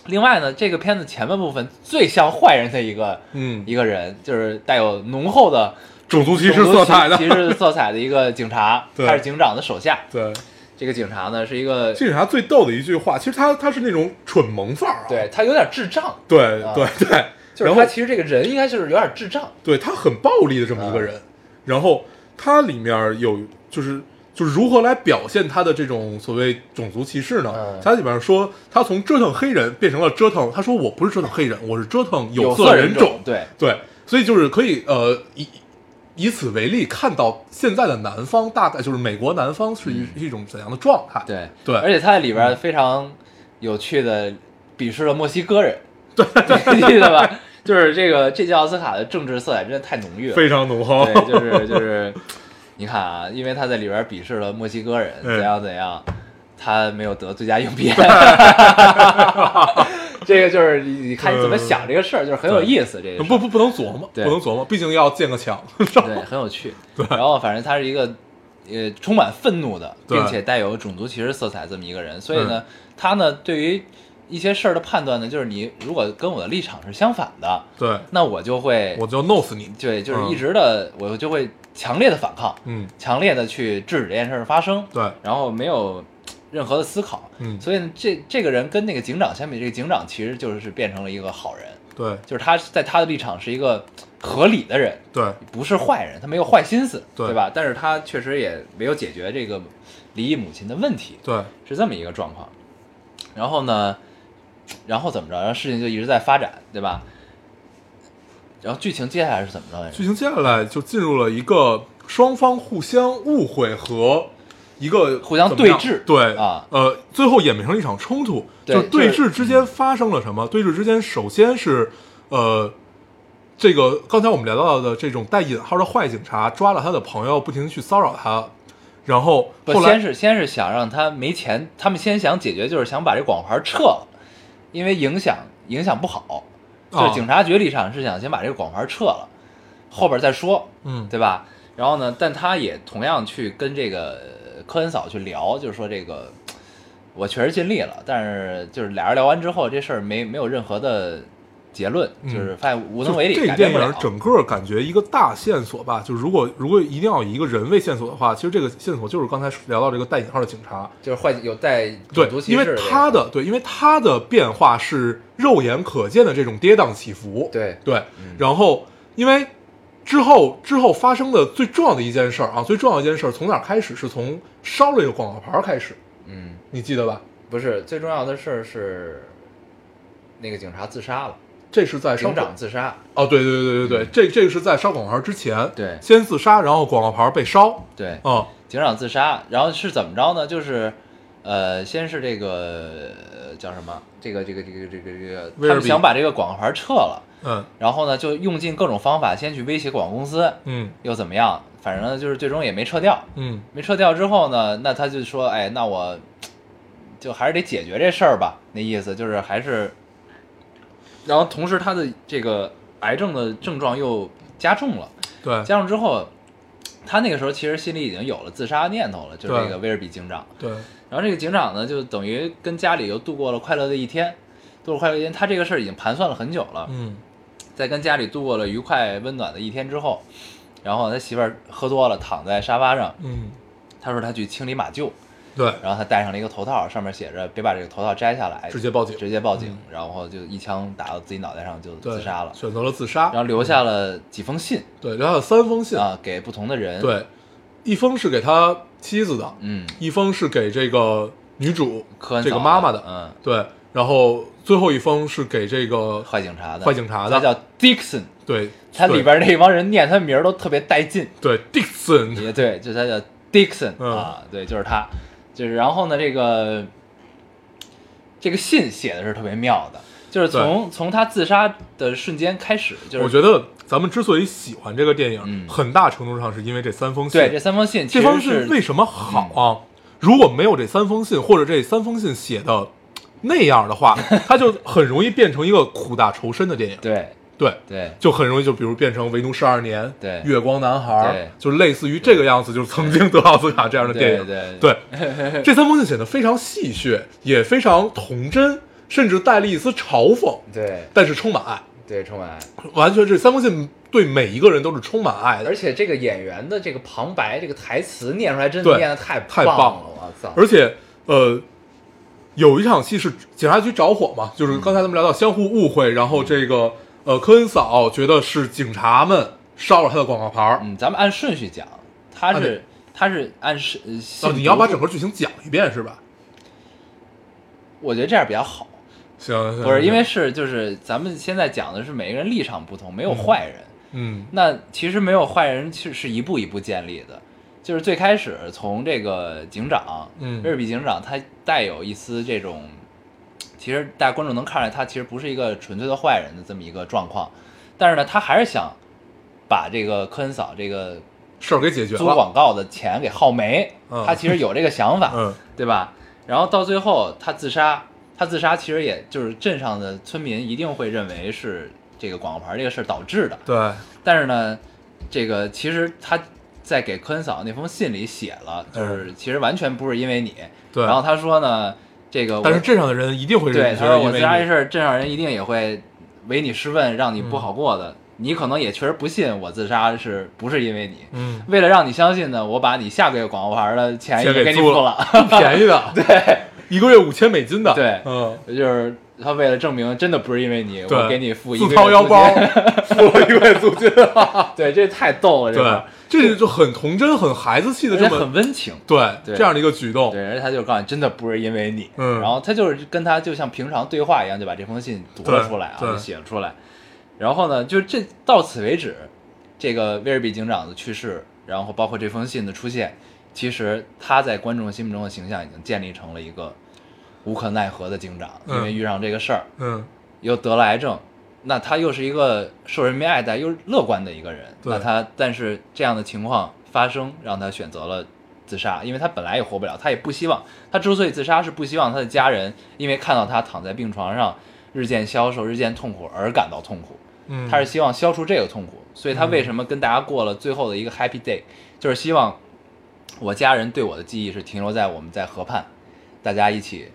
另外呢，这个片子前半部分最像坏人的一个、
嗯，
一个人，就是带有浓厚的
种族歧
种
视
族
色 彩的
歧。视色彩的一个警察，
对
他是警长的手下。
对，
这个警察呢是一个，
这警察最逗的一句话，其实他他是那种蠢萌范儿啊。
对他有点智障，
对
啊
对对，
就是
然后
他其实这个人应该就是有点智障，
对他很暴力的这么一个
嗯
人，然后他里面有就是就是如何来表现他的这种所谓种族歧视呢？
嗯
他里面说他从折腾黑人变成了折腾，他说我不是折腾黑人，我是折腾
有
色
人
种，
对，
对，所以就是可以呃以以此为例，看到现在的南方大概就是美国南方是一、是一种怎样的状态？
嗯对
对
而且他在里边非常有趣的鄙视了墨西哥 人，对，记得吧？就是这个这届奥斯卡的政治色彩真的太浓郁了，
非常浓厚，
对，就是就是，你看啊，因为他在里边鄙视了墨西哥人
嗯
怎样怎样，他没有得最佳影 片， 这个就是你你看你怎么想这个事儿，就是很有意思，这个事儿
不不不能琢磨，不
对
能琢磨，毕竟要建个墙。
对，很有趣。然后反正他是一个呃充满愤怒的，
对嗯
并且带有种族歧视色彩这么一个人，所以呢，他呢对于一些事儿的判断呢，就是你如果跟我的立场是相反的，
对，
那我就会
我就弄死你。
对，就是
嗯
一直的、我就会强烈的反抗，
嗯，
强烈的去制止这件事儿发生，
对，
然后没有任何的思考，
嗯
所以呢这这个人跟那个警长相比，这个警长其实就是变成了一个好人，
对，
就是他在他的立场是一个合理的人，
对，
不是坏人，他没有坏心思，
对
吧？但是他确实也没有解决这个离异母亲的问题，
对，
是这么一个状况。然后呢，然后怎么着？然后事情就一直在发展，对吧？然后剧情接下来是怎么着来着
剧？情接下来就进入了一个双方互相误会和一个
互相
怎么样
对峙
对
啊
呃，最后演变成了一场冲突。
对
就对
就是
峙之间发生了什么？对峙之间，首先是呃，这个刚才我们聊到的这种带引号的坏警察抓了他的朋友，不停地去骚扰他，然后
不，
后来
先是先是想让他没钱，他们先想解决就是想把这广告牌撤了，因为影响影响不好。就
啊
是警察局立场是想先把这个广告牌撤了，后边再说。
嗯
对吧？然后呢，但他也同样去跟这个呃科恩嫂去聊，就是说这个我确实尽力了，但是就是俩人聊完之后，这事儿没没有任何的结论，
嗯
就是发现无
就
能为力，
这
改
个
变
电
不了
影。整个感觉一个大线索吧，就如果如果一定要以一个人为线索的话，其实这个线索就是刚才聊到这个带引号的警察，
就是坏有带
对
种族，歧
因
视
为
这个
他的对，因为他的变化是肉眼可见的这种跌宕起伏，
对嗯
对，然后因为之后之后发生的最重要的一件事儿啊，最重要的一件事儿从哪儿开始？是从烧了一个广告牌儿开始，
嗯，
你记得吧？
不是最重要的事儿是那个警察自杀了，
这是在烧
警长自杀，
哦，对对对对对，这这个是在烧广告牌儿之前，
对
先自杀，然后广告牌儿被烧，
对，
啊、
警长自杀，然后是怎么着呢？就是，呃，先是这个呃叫什么？这个这个这个这个这个，
威
他
尔
们
比
想把这个广告牌撤了，
嗯
然后呢，就用尽各种方法，先去威胁广告公司，
嗯
又怎么样？反正呢，就是最终也没撤掉。
嗯
没撤掉之后呢，那他就说，哎，那我就还是得解决这事儿吧。那意思就是还是，然后同时他的这个癌症的症状又加重了。
对
加上之后，他那个时候其实心里已经有了自杀念头了，就是
对
这个威尔比警长。
对
然后这个警长呢，就等于跟家里又度过了快乐的一天，度过快乐一天。他这个事儿已经盘算了很久了，
嗯
在跟家里度过了愉快温暖的一天之后，然后他媳妇儿喝多了躺在沙发上，
嗯
他说他去清理马厩，
对
然后他戴上了一个头套，上面写着别把这个头套摘下来，
直接报警
直接报警
嗯，
然后就一枪打到自己脑袋上就
对
自杀了，
选择了自杀，
然后留下了几封信
对留下了三封信，
啊，给不同的人。，
对，一封是给他妻子的，
嗯，
一封是给这个女主
科恩
这个
嫂
妈妈的，
嗯，
对，然后最后一封是给这个
坏警察的，
坏警察的
他叫 Dixon，
对，
他
对
里边那帮人念他名儿都特别带劲，
对 Dixon，
也对，就他叫 Dixon、
嗯
啊，对，就是他，就是然后呢，这个这个信写的是特别妙的，就是从从他自杀的瞬间开始，就是
我觉得咱们之所以喜欢这个电影，
嗯
很大程度上是因为这三封信，
对这三封信其
这
实
封
是
信为什么好啊？如果没有这三封信，或者这三封信写的那样 的话，它就很容易变成一个苦大仇深的电影，
对
对。
对
就很容易就比如变成《为奴十二年》、
对
《月光男孩》
对
就是类似于这个样子，就是曾经得奥斯卡这样的电影。
对
对 这三封信显得非常戏谑，也非常童真，甚至带了一丝嘲讽，
对
但是充满爱，
对，充满爱，
完全这三封信对每一个人都是充满爱的
而。且这个演员的这个旁白，这个台词念出来真的
对
念的太
太
棒
棒
了，我操！
而且，呃，有一场戏是警察局着火嘛，就是刚才咱们聊到相互误会，然后这个呃科恩嫂觉得是警察们烧了他的广告牌儿。
嗯，咱们按顺序讲，他
啊
是、
对
他是按是、呃信
哦，你要
读
把整个剧情讲一遍是吧？
我觉得这样比较好，
行，行
不是
行
因为是就是咱们现在讲的是每个人立场不同，没有坏人。
嗯
那其实没有坏人是是一步一步建立的，就是最开始从这个警长，
嗯
威尔比警长他带有一丝这种，其实大家观众能看出来他其实不是一个纯粹的坏人的这么一个状况，但是呢，他还是想把这个科恩嫂这个
事儿给解决
租
了。
广告的钱给耗没，
啊嗯
他其实有这个想法，
嗯
对吧？然后到最后他自杀，他自杀其实也就是镇上的村民一定会认为是这个广告牌这个事儿导致的，
对，
但是呢，这个其实他在给科恩嫂那封信里写了，就是其实完全不是因为你。
嗯对
然后他说呢，这个我
但是镇上的人一定会
对
认
他说
为
我自杀这
你嗯
事儿，镇上人一定也会为你施问，让你不好过的。你可能也确实不信我自杀是不是因为你。
嗯，
为了让你相信呢，我把你下个月广告牌的钱也
先给
给你
租
付
了
了。
便宜的，
对，
一个月五千美金的，
对
嗯，
就是他为了证明真的不是因为你，
对，
我给你付一个
自
月
掏腰
租
包
金
付了一个月租金，
对，这太逗了，这
对
个，
这就很童真、很孩子气的
而
这
且
么
很温情。
对
对
这样的一个举动，
对，而且他就告诉你，真的不是因为你。
嗯
然后他就是跟他就像平常对话一样，就把这封信读了
对
出来啊，
对
就写了出来。然后呢，就这到此为止，这个威尔比警长的去世，然后包括这封信的出现，其实他在观众心目中的形象已经建立成了一个无可奈何的警长，
嗯
因为遇上这个事儿
嗯，
又得了癌症。那他又是一个受人民爱戴又是乐观的一个人，
对
那他但是这样的情况发生，让他选择了自杀，因为他本来也活不了，他也不希望，他之所以自杀是不希望他的家人因为看到他躺在病床上日渐消瘦、日渐痛苦而感到痛苦，
嗯
他是希望消除这个痛苦，所以他为什么跟大家过了最后的一个 happy day，就是希望我家人对我的记忆是停留在我们在河畔，大家一起，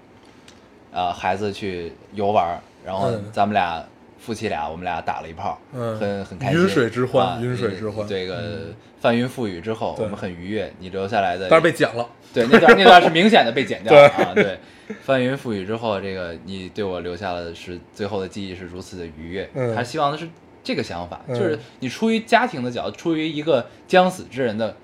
呃，孩子去游玩儿，然后
嗯
咱们俩夫妻俩，我们俩打了一炮，
嗯
很很开心，
云水之欢
啊
云水之欢嗯
这个翻云覆雨之后，
对
我们很愉悦，你留下来的，
但是被剪了，
对，那段那段是明显的被剪掉了啊。对，翻云覆雨之后，这个你对我留下了是最后的记忆是如此的愉悦。
嗯
他希望的是这个想法，
嗯
就是你出于家庭的角度，出于一个将死之人的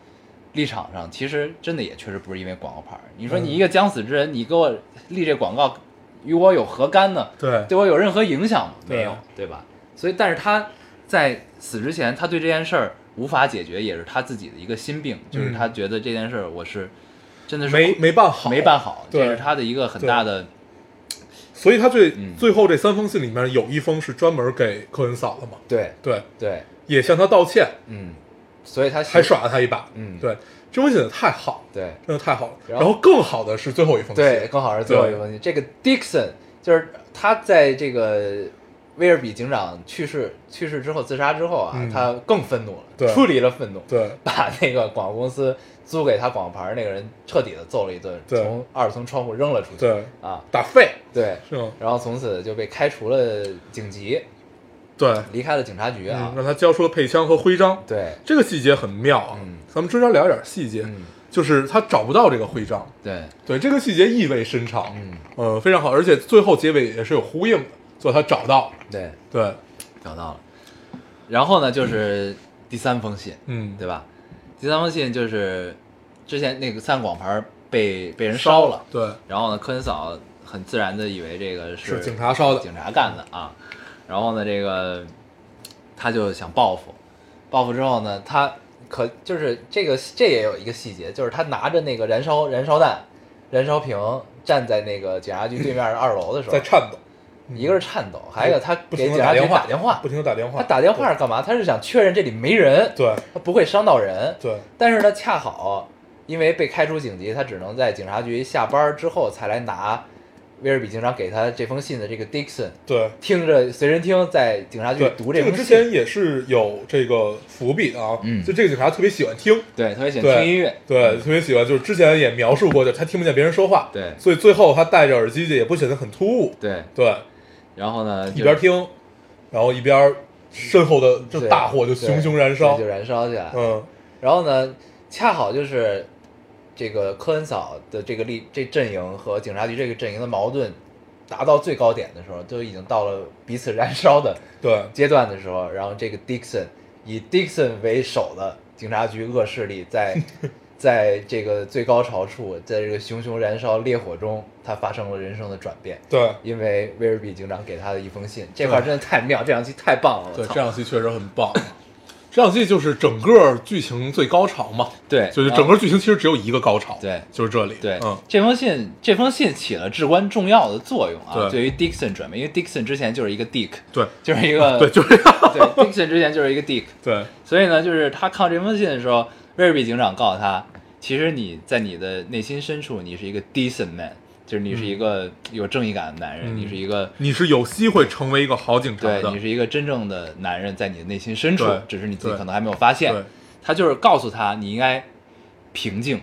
立场上，其实真的也确实不是因为广告牌儿。你说
嗯
你一个将死之人，你给我立这广告，与我有何干呢？
对
对我有任何影响吗？
对啊
没有，对吧？所以，但是他在死之前，他对这件事儿无法解决，也是他自己的一个心病，就是
嗯
他觉得这件事儿我是真的是
没没办好，
没办好，
对
这是他的一个很大的
所以他最
嗯
最后这三封信里面有一封是专门给科恩嫂的嘛，
对
对，
对，
也向他道歉，
嗯，所以他
还耍了他一把，
嗯
对，这封信写的太好，
对
真的太好了。
然
然
后
后更好的是最后一封信，
对，更好是最后一
对
封信。这个 Dixon 就是他在这个威尔比警长去世去世之后自杀之后啊，
嗯
他更愤怒
对
了，处理了愤怒，
对
把那个广告公司租给他广告牌儿那个人彻底的揍了一顿，
对
从二层窗户扔了出去。
对，
啊，
打废
对，
是吗？
然后从此就被开除了警籍，
对，
离开了警察局啊
嗯，。让他交出了配枪和徽章，
对，
这个细节很妙啊
嗯。
咱们中间聊一点细节
嗯，
就是他找不到这个徽章，
对，
对这个细节意味深长，
嗯，
呃，非常好，而且最后结尾也是有呼应的，最后他找到了，
对，
对，
找到了。然后呢，就是第三封信，
嗯，
对吧？第三封信就是之前那个三个广牌儿被被人烧了，
对，
然后呢，科恩嫂很自然的以为这个
是警察烧的
警察干的啊。然后呢，这个他就想报复，报复之后呢，他可就是这个这也有一个细节，就是他拿着那个燃烧燃烧弹、燃烧瓶站在那个警察局对面的二楼的时候
在，颤抖，
一个是颤抖，还有一个他
不
给
停
警
的
察局
打电话，
打电话
不，停的打电话，
他打电话是干嘛？他是想确认这里没人，
对，
他不会伤到人。
对
但是呢，恰好因为被开除警籍，他只能在警察局下班之后才来拿威尔比警长给他这封信的这个 Dixon，
对
听着随身听在警察局
对，
读
这
封
个
信。
之前也是有这个伏笔的啊，
嗯
就这个警察特别喜欢听，
对，特别喜欢
对
听音乐，
对，特别喜欢，就是之前也描述过，就是他听不见别人说话，
对
所以最后他戴着耳机也不显得很突兀，
对。
对，
然后呢，就
一边听，然后一边身后的就
对
大火就熊熊燃烧
对，就燃烧起来。
嗯，
然后呢，恰好就是这个科恩嫂的这个立这阵营和警察局这个阵营的矛盾达到最高点的时候，都已经到了彼此燃烧的
对，
阶段的时候，然后这个 Dixon 以 Dixon 为首的警察局恶势力 在在这个最高潮处，在这个熊熊燃烧烈火中，他发生了人生的转变。
对，
因为威尔比警长给他的一封信，这块儿真的太妙，这两期太棒了，我
对，
操！
这场戏确实很棒。这场戏就是整个剧情最高潮嘛，
对
就是
然后
整个剧情其实只有一个高潮，
啊对
就是这里，
对，
嗯，
这封信这封信起了至关重要的作用啊，对
对
于 Dixon 转变，因为 Dixon 之前就是一个 Dick，
对，
就是一个
对，就是这样，
对 Dixon 之前就是一个 Dick，
对，
所以呢，就是他看到这封信的时候，威尔比警长告诉他，其实你在你的内心深处，你是一个 decent man，就是你是一个有正义感的男人，
嗯
你是一个
你是有机会成为一个好警察
对
的，
你是一个真正的男人，在你的内心深处
对，
只是你自己
对
可能还没有发现
对。
他就是告诉他，你应该平静，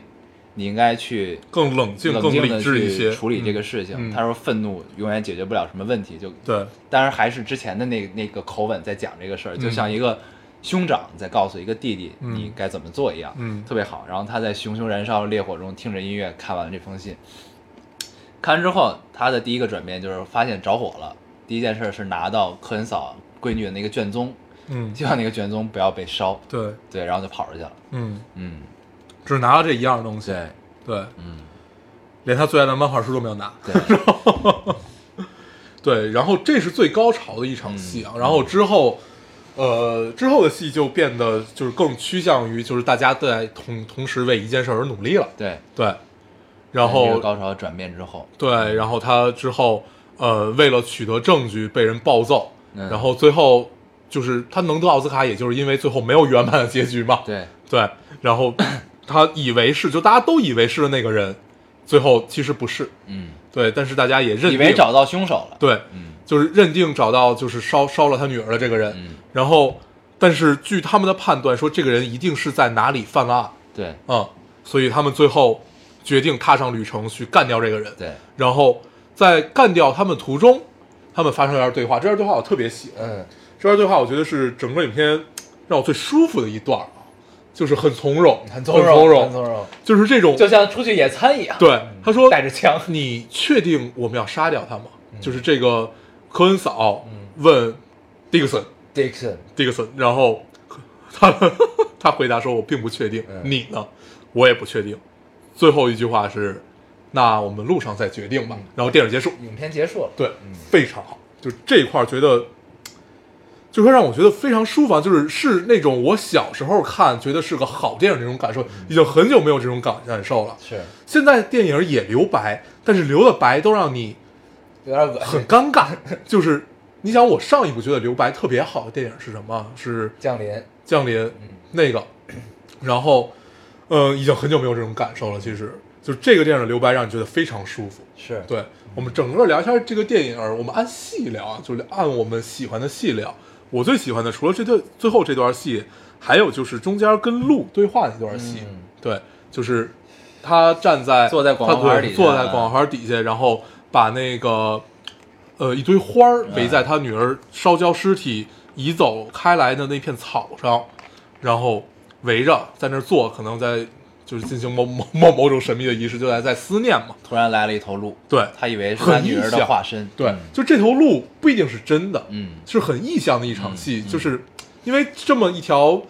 你应该去
更冷静、
冷
更
静
理
的
智一
去
些
处理这个
嗯
事情。
嗯
他说愤怒永远解决不了什么问题，就
对，
当然还是之前的那那个口吻在讲这个事儿，就像一个兄长在告诉一个弟弟
嗯
你该怎么做一样，
嗯
特别好。然后他在熊熊燃烧烈火中听着音乐看完了这封信，看完之后他的第一个转变就是发现着火了，第一件事是拿到科恩嫂闺女的那个卷宗，
嗯，
希望那个卷宗不要被烧，
对，
对，然后就跑出去了。
嗯，
嗯，
只拿了这一样东西，
对，
对，
嗯，
连他最爱的漫画书都没有拿，
对，
对，然后这是最高潮的一场戏
嗯
啊，然后之后，呃，之后的戏就变得就是更趋向于就是大家在同同时为一件事儿而努力了，
对。
对，
这
然
个
后
高潮转变之后，
对，然后他之后呃为了取得证据被人暴揍，
嗯
然后最后就是他能得奥斯卡，也就是因为最后没有圆满的结 局嘛，
对，
对，然后他以为是就大家都以为是那个人，最后其实不是，
嗯，
对，但是大家也认定
以为找到凶手了，
对，
嗯
就是认定找到就是烧烧了他女儿的这个人，
嗯，
然后但是据他们的判断说，这个人一定是在哪里犯了案
对
啊、嗯所以他们最后决定踏上旅程去干掉这个人。
对，
然后在干掉他们途中，他们发生了一段对话，这段对话我特别喜欢，
嗯
这段对话我觉得是整个影片让我最舒服的一段啊，就是很从容，很从
容，
容，
从容，
就是这种
就嗯像出去野餐一样，
对他说
带着枪，
你确定我们要杀掉他吗？
嗯
就是这个科恩嫂问迪克森，
Dixon，
迪克森，然后 他他回答说：“我并不确定，
嗯
你呢？我也不确定。”最后一句话是：“那我们路上再决定
嗯
吧。”然后电影结束，
影片结束了，
对，非常好。就这一块儿觉得，就说让我觉得非常舒服啊，就是是那种我小时候看觉得是个好电影那种感受，已经很久没有这种感感受了。
是
现在电影也留白，但是留的白都让你
有点恶
很
心，
尴尬。 就是你想，我上一部觉得留白特别好的电影是什么？是
降临，
降临那个，然后，嗯、已经很久没有这种感受了。其实，就这个电影的留白让你觉得非常舒服。
是，
对我们整个聊一下这个电影，我们按戏聊啊，就是按我们喜欢的戏聊。我最喜欢的除了这段最后这段戏，还有就是中间跟鹿对话那段戏。
嗯
对，就是他站在
坐在广告
他对
牌底下
坐在广告牌底下，然后把那个呃一堆花儿
嗯
围在他女儿烧焦尸体移走开来的那片草上，然后围着在那儿坐，可能在就是进行某某某某种神秘的仪式，就在在思念嘛。
突然来了一头鹿，
对
他以为是他
很
女儿
印
的
象
化身，
对，就这头鹿不一定是真的，
嗯
是很意象的一场戏，
嗯嗯
就是因为这么一条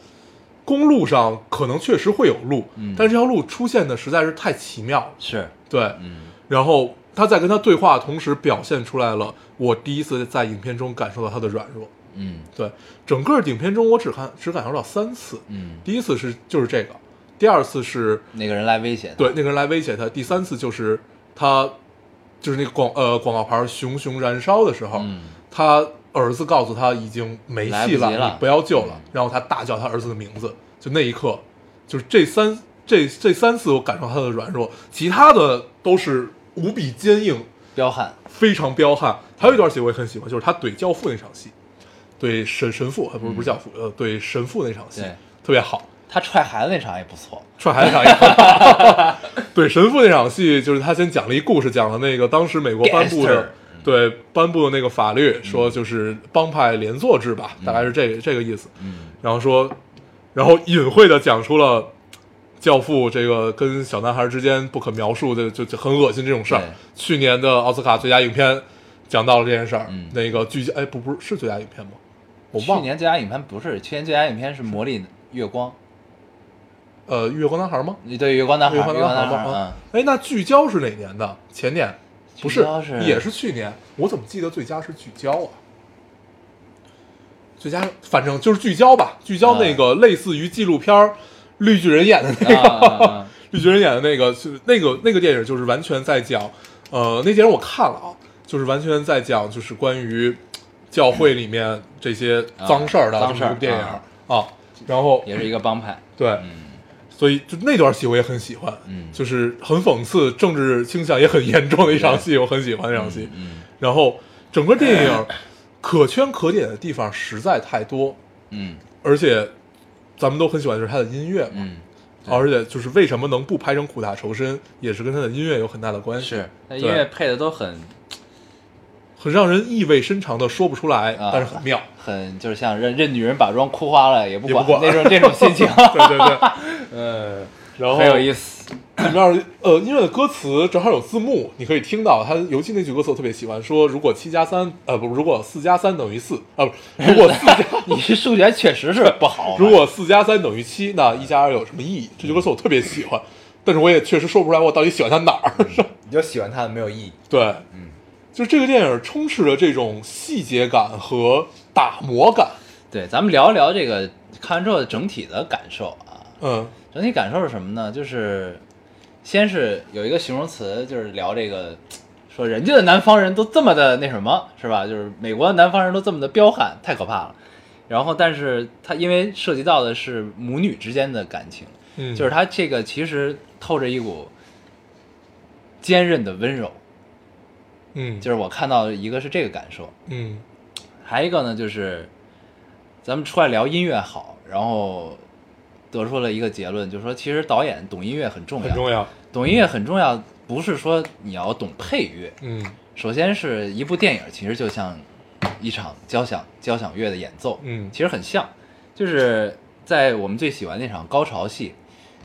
公路上可能确实会有鹿，
嗯
但是这条鹿出现的实在是太奇妙了，
是，
对，
嗯
然后他在跟他对话的同时，表现出来了我第一次在影片中感受到他的软弱，
嗯
对，整个影片中我只看只感受到三次，
嗯，
第一次是就是这个，第二次是
那个人来威胁他，
对，那个人来威胁他。第三次就是他，就是那个广呃广告牌熊熊燃烧的时候，
嗯
他儿子告诉他已经没
来
戏
不及
了，
了
你不要救了
嗯。
然后他大叫他儿子的名字，就那一刻，就是这三这这三次我感受到他的软弱，其他的都是无比坚硬，
彪悍，
非常彪悍。还有一段戏我也很喜欢，就是他怼教父那场戏，对神神父，呃不是不是教父，呃，对神父那场戏
对
特别好。
他踹孩子那场也不错，
踹孩子场也 对神父那场戏，就是他先讲了一故事，讲了那个当时美国颁布
Gangster
的对颁布的那个法律，说就是帮派连坐制吧，大概是这个、这个意思。
嗯
然后说，然后隐晦的讲出了教父这个跟小男孩之间不可描述的就就很恶心这种事儿
对。
去年的奥斯卡最佳影片讲到了这件事儿，
嗯
那个聚焦哎不不是是最佳影片吗？我
去
忘了，
年最佳影片不是，去年最佳影片是《魔力月光
呃，月光男孩吗？》，
对，月光男孩，
月
啊月
光
光
男
男孩，
孩吗
嗯，？
哎，那聚焦是哪年的？前年？不
聚焦是
也是去年。我怎么记得最佳是聚焦啊？最佳，反正就是聚焦吧。聚焦那个类似于纪录片儿，绿巨人演的那个，
嗯啊啊啊
绿巨人演的那个，是那个那个电影，就是完全在讲，呃，那电影我看了啊，就是完全在讲，就是关于教会里面这些脏事儿的
啊嗯
这
脏事儿
么一部电影儿啊。然后
也是一个帮派，
对，
嗯
所以就那段戏我也很喜欢，
嗯
就是很讽刺，政治倾向也很严重的一场戏，我很喜欢那场戏。
嗯
然后整个电影可圈可点的地方实在太多，
嗯
而且咱们都很喜欢就是它的音乐嘛，
嗯
而且就是为什么能不拍成苦大仇深，也是跟他的音乐有很大的关系，
是，那音
对
乐配的都很
很让人意味深长的说不出来，
啊
但是很妙。
很，就是像任任女人把妆哭花了也不
也
管
不管
那种那种心 情，
对对对， 嗯，然后
很有意思。
里面呃音乐的歌词正好有字幕，你可以听到。他尤其那句歌词我特别喜欢，说如果七加三呃不如果四加三等于四啊不如果四加，
你是数学确实是不好
如果四加三等于七，那一加二有什么意义？这句歌词我特别喜欢，但是我也确实说不出来我到底喜欢它哪儿。 是吧
你就喜欢他的没有意义。
对，嗯，就是这个电影充斥着这种细节感和打磨感。
对，咱们聊一聊这个看完之后整体的感受啊。
嗯
整体感受是什么呢？就是先是有一个形容词，就是聊这个，说人家的南方人都这么的那什么，是吧？就是美国的南方人都这么的彪悍，太可怕了。然后，但是它因为涉及到的是母女之间的感情，
嗯，
就是它这个其实透着一股坚韧的温柔，
嗯
就是我看到的一个是这个感受，
嗯
还有一个呢，就是咱们出来聊音乐好，然后得出了一个结论，就是说其实导演懂音乐很重要，
很重要。
懂音乐很重要，不是说你要懂配乐，
嗯
首先是一部电影其实就像一场交响交响乐的演奏，
嗯
其实很像，就是在我们最喜欢那场高潮戏。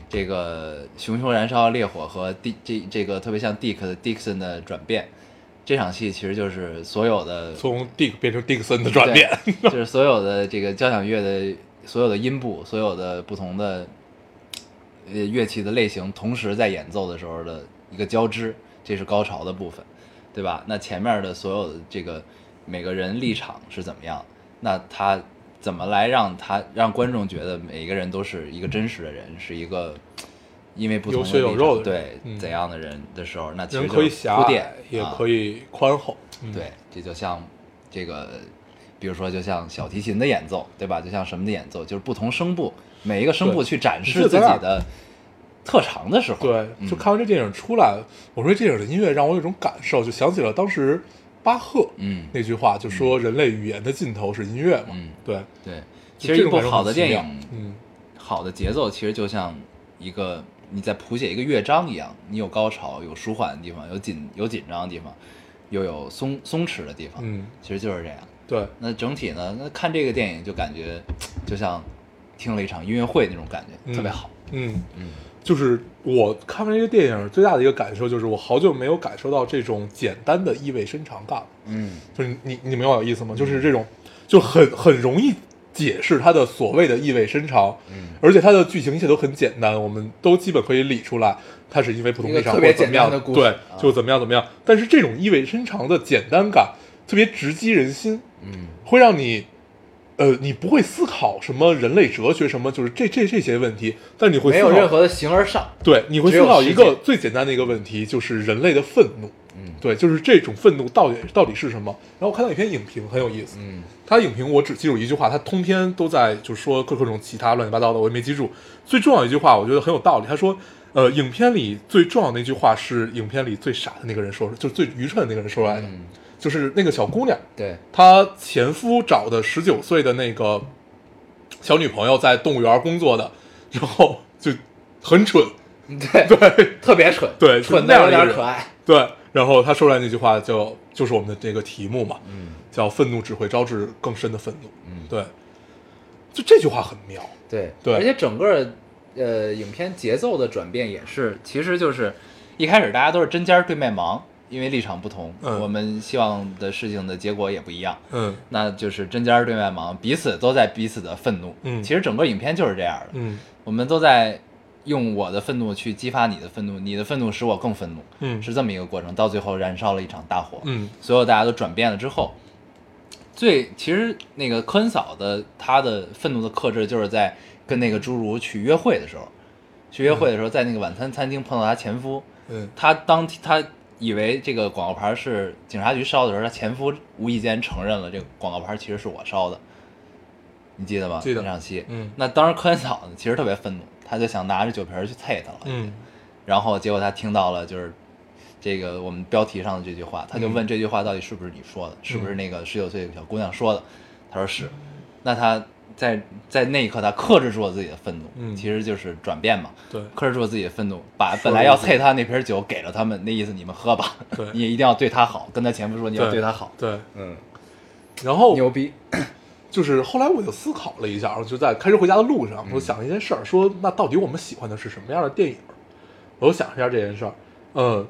这个熊熊燃烧烈火和 D 这这个特别像 Dick 的 Dixon 的转变，这场戏其实就是所有的
从 Dick 变成 Dickson 的转变。
对，就是所有的这个交响乐的所有的音部，所有的不同的呃乐器的类型，同时在演奏的时候的一个交织，这是高潮的部分，对吧？那前面的所有的这个每个人立场是怎么样？那他怎么来让他让观众觉得每一个人都是一个真实的人，是一个因为不同
有血
立
有
场
肉的人
对、
嗯
怎样的人的时候，那其实
人
就
可以
是
狭
铺
隘
垫，
也
啊
可以宽厚。嗯，
对，这就像这个，比如说就像小提琴的演奏，对吧？就像什么的演奏，就是不同声部，每一个声部去展示
你
自
记得
己
咱俩
的特长的时候，
对，就
嗯
看完这电影出来，我说这电影的音乐让我有一种感受，就想起了当时巴赫
嗯，
那句话，就说人类语言的尽头是音乐嘛。
嗯
对，
对。其
就
实
这
一
种
部
感受
好
很
的
奇
电
妙
影，
嗯，
好的节奏，其实就像一个你在谱写一个乐章一样，你有高潮，有舒缓的地方，有紧有紧张的地方，又有松松弛的地方，
嗯，
其实就是这样。
对，
那整体呢，那看这个电影就感觉就像听了一场音乐会那种感觉，特别
嗯
好。
嗯
嗯，
就是我看完这个电影最大的一个感受，就是我好久没有感受到这种简单的意味深长感了。
嗯，
就是你你你明白我的意思吗？就是这种，就很很容易解释它的所谓的意味深长，
嗯，
而且它的剧情一切都很简单，我们都基本可以理出来，它是因为不同立场
一个特
或
别
者怎么
简单
样
的故事
对
啊，
就怎么样怎么样。但是这种意味深长的简单感特别直击人心，嗯，会让你。呃，你不会思考什么人类哲学什么，就是这这这些问题，但你会
没
思
有
考
任何的形而上，
对，你会
只
思
有
考一
世
个
界
最简单的一个问题，就是人类的愤怒。嗯，对，就是这种愤怒到底到底是什么？然后我看到一篇影评很有意思，嗯，他影评我只记住一句话，他通篇都在就是说各各种其他乱七八糟的，我也没记住。最重要一句话，我觉得很有道理。他说，呃，影片里最重要的那句话是影片里最傻的那个人说，就是最愚蠢的那个人说出来的，
嗯
就是那个小姑娘，
对，
她前夫找的十九岁的那个小女朋友在动物园工作的，然后就很蠢，
对对， 特别蠢，
对
蠢
就那
的有
样一个
点
人
可爱，
对，然后他说出来那句话就就是我们的这个题目嘛，嗯，叫“愤怒只会招致更深的愤怒”，嗯，对，就这句话很妙，
对
对
而且整个呃影片节奏的转变也是，
是，其实就是一开始大家都是针尖儿对麦芒，因为立场不同，
嗯
我们希望的事情的结果也不一样，
嗯
那就是针尖儿对麦芒，彼此都在彼此的愤怒。
嗯
其实整个影片就是这样的，
嗯
我们都在用我的愤怒去激发你的愤怒，你的愤怒使我更愤怒，
嗯
是这么一个过程，到最后燃烧了一场大火。
嗯
所有大家都转变了之后，最其实那个科恩嫂的她的愤怒的克制，就是在跟那个侏儒去约会的时候，去约会的时候，在那个晚餐餐厅碰到她前夫，
嗯
她当她以为这个广告牌是警察局烧的时候，她前夫无意间承认了这个广告牌其实是我烧的，你记得吗？
记得
那场戏，
嗯
那当时科恩嫂呢其实特别愤怒，她就想拿着酒瓶儿去啐他了，
嗯
然后结果他听到了就是这个我们标题上的这句话，他就问这句话到底是不是你说的，是不是那个十九岁的小姑娘说的？他说是，那他在在那一刻，他克制住了自己的愤怒，
嗯
其实就是转变嘛，
对
克制住了自己的愤怒，把
说
本来要
一句
啐他那瓶酒给了他们，那意思你们喝吧，
对
你也一定要对他好，跟他前夫说你要对他好，
对，
嗯，
然后
牛逼，
就是后来我就思考了一下，就在开车回家的路上，
嗯
我想了一件事儿，说那到底我们喜欢的是什么样的电影？我又想了一下这件事儿，嗯，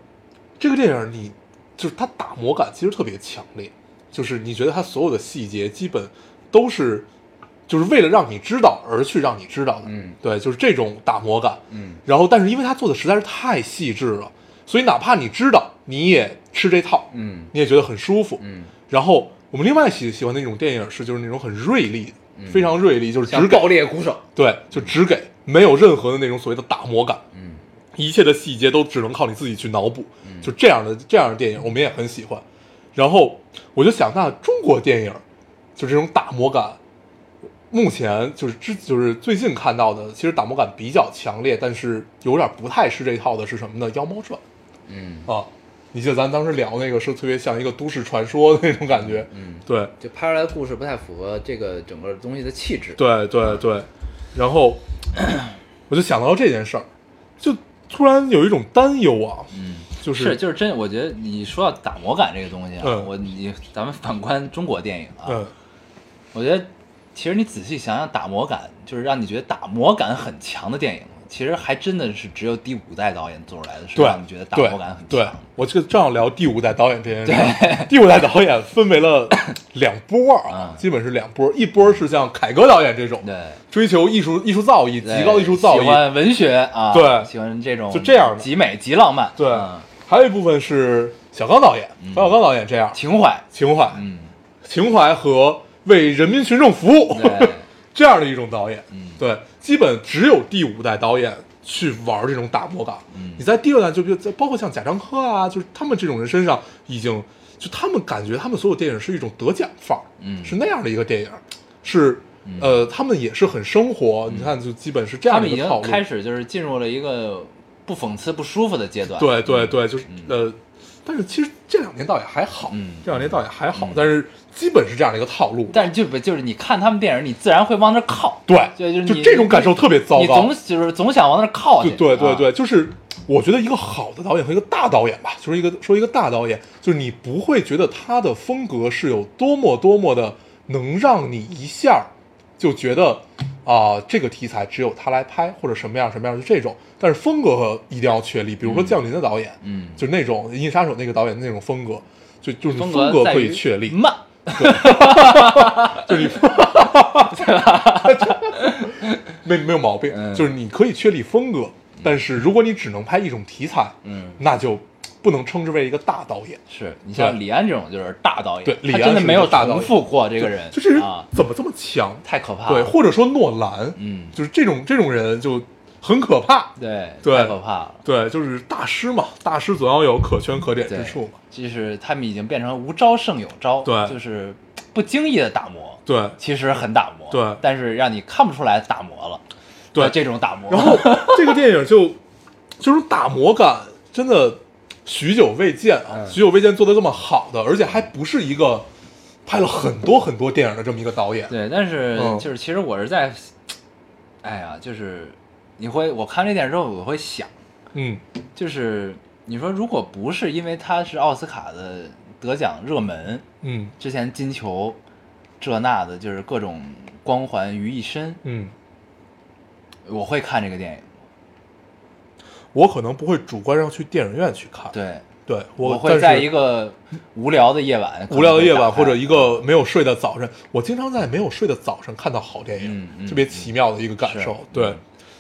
这个电影你就是它打磨感其实特别强烈，就是你觉得它所有的细节基本都是就是为了让你知道而去让你知道的，
嗯，
对，就是这种打磨感，
嗯，
然后但是因为它做的实在是太细致了，所以哪怕你知道，你也吃这套，
嗯
你也觉得很舒服，
嗯，
然后我们另外喜喜欢的一种电影是，就是那种很锐利的，非常锐利，就是只
嗯像
给
爆裂鼓手，
对，就只给，没有任何的那种所谓的打磨感，
嗯，
一切的细节都只能靠你自己去脑补，
嗯
就这样的这样的电影我们也很喜欢。然后我就想，那中国电影就这种打磨感，目前就是之就是最近看到的，其实打磨感比较强烈，但是有点不太是这套的是什么呢？《妖猫传》。
嗯，
啊，你记得咱当时聊那个是特别像一个都市传说的那种感觉，
嗯，
对
就拍出来的故事不太符合这个整个东西的气质，
对对对，然后 我就想到这件事儿，就突然有一种担忧啊，嗯，就是
就是真，我觉得你说到打磨感这个东西啊，
嗯
我你咱们反观中国电影啊，
嗯
我觉得其实你仔细想想，打磨感就是让你觉得打磨感很强的电影，其实还真的是只有第五代导演做出来的，是
对
让你觉得打
对
磨感很强
对，我这个正好聊第五代导演这件事儿。 第五代导演分 为了两波儿啊，
嗯
基本是两波儿，一波儿是像凯歌导演这种
对
追求艺术艺术造诣
对
极高的艺术造
喜
诣，
欢文学啊，
对
喜欢这种
就这样的
极美极浪漫，
对
嗯，
还有一部分是小刚导演，冯小刚导演这样
情 怀，
情怀，
嗯，
情怀和为人民群众服务
对
这样的一种导演。
嗯
对，基本只有第五代导演去玩这种打磨感。
嗯
你在第六代就比如包括像贾樟柯啊，就是他们这种人身上已经就他们感觉他们所有电影是一种得奖范儿，
嗯
是那样的一个电影，是。呃，他们也是很生活，你看，就基本是
嗯
这
他
样的
们已
一个套
经
路。
开始就是进入了一个不讽刺不舒服的阶段，
对对对，就是、呃，但是其实这两年倒也还好，
嗯
这两年倒也还好，但是基本是这样的一个套路。
但是就不就是你看他们电影，你自然会往那儿靠，
对，
对就是你
这种感受特别糟
你
糕
总。就是总想往那儿靠
对
去，
对对
啊，
对，就是我觉得一个好的导演和一个大导演吧，就是一个说一个大导演，就是你不会觉得他的风格是有多么多么的能让你一下儿就觉得啊、这个题材只有他来拍或者什么样什么样就这种，但是风格一定要确立，比如说《降临》的导演，
嗯，
就是那种《银翼杀手》那个导演的那种风格，就就是你
格
嗯风格
在
可以
于
确立，
慢，
没没有毛病，
嗯
就是你可以确立风格，但是如果你只能拍一种题材，
嗯，
那就不能称之为一个大导演。
是你像
对
李安这种就是大导演，
对李
他
安
真的没有
是大导演
重复过这个人，
就这人
啊，
怎么这么强？
太可怕
对，
了，
或者说诺兰，
嗯
就是这种这种人就很可怕。
对
对
太可怕了。
对，就是大师嘛，大师总要有可圈可点
对
之处嘛。
就是他们已经变成无招胜有招，
对
就是不经意的打磨，
对
其实很打磨，
对
但是让你看不出来打磨了，
对，
这种打磨，
然后这个电影就就是打磨感真的许久未见啊，
嗯
许久未见做的这么好的，而且还不是一个拍了很多很多电影的这么一个导演。
对，但是
嗯
就是其实我是在，哎呀，就是你会我看这电影之后我会想，
嗯，
就是你说如果不是因为它是奥斯卡的得奖热门，
嗯
之前金球这那的，就是各种光环于一身，
嗯，
我会看这个电影，
我可能不会主观上去电影院去看，
对。
对
我
会
会在一
个
个无聊的夜晚，
无聊的夜晚
可能会打开
或者一个没有睡的早晨，我经常在没有睡的早晨看到好电影
嗯，嗯
特别奇妙的一个感
是
受
嗯。
对，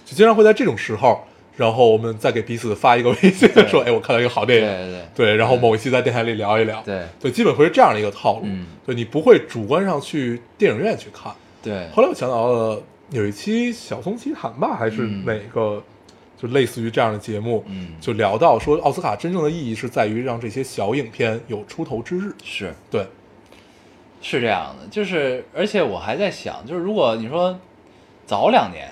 就经常会在这种时候，然后我们再给彼此发一个微信，说：“哎，我看到一个好电
对
影。”
对对
对，然后某一期在电台里聊一聊，
对
对，基本会是这样的一个套路。
嗯
对你不会主观上去电影院去看。
对，
后来我想到了有一期小松奇谈吧，还是
嗯
哪个，就类似于这样的节目，
嗯
就聊到说奥斯卡真正的意义是在于让这些小影片有出头之日。
是
对，
是这样的，就是而且我还在想，就是如果你说早两年，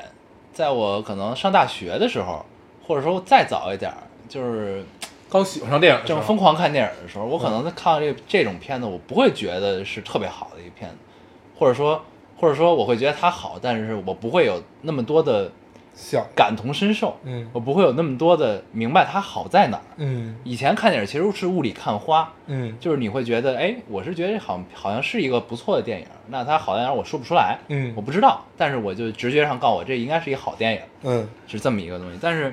在我可能上大学的时候，或者说再早一点儿，就是
刚喜欢上电影的时候
正疯狂看电影的时候，我可能看到这这种片子，我不会觉得是特别好的一个片子，或者说或或者说我会觉得它好，但是我不会有那么多的
像，
感同身受，
嗯
我不会有那么多的明白它好在哪儿。
嗯
以前看电影其实是雾里看花，
嗯
就是你会觉得，哎，我是觉得好像好像是一个不错的电影，那它好在哪儿我说不出来，
嗯
我不知道，但是我就直觉上告诉我这应该是一个好电影，
嗯
是这么一个东西。但是，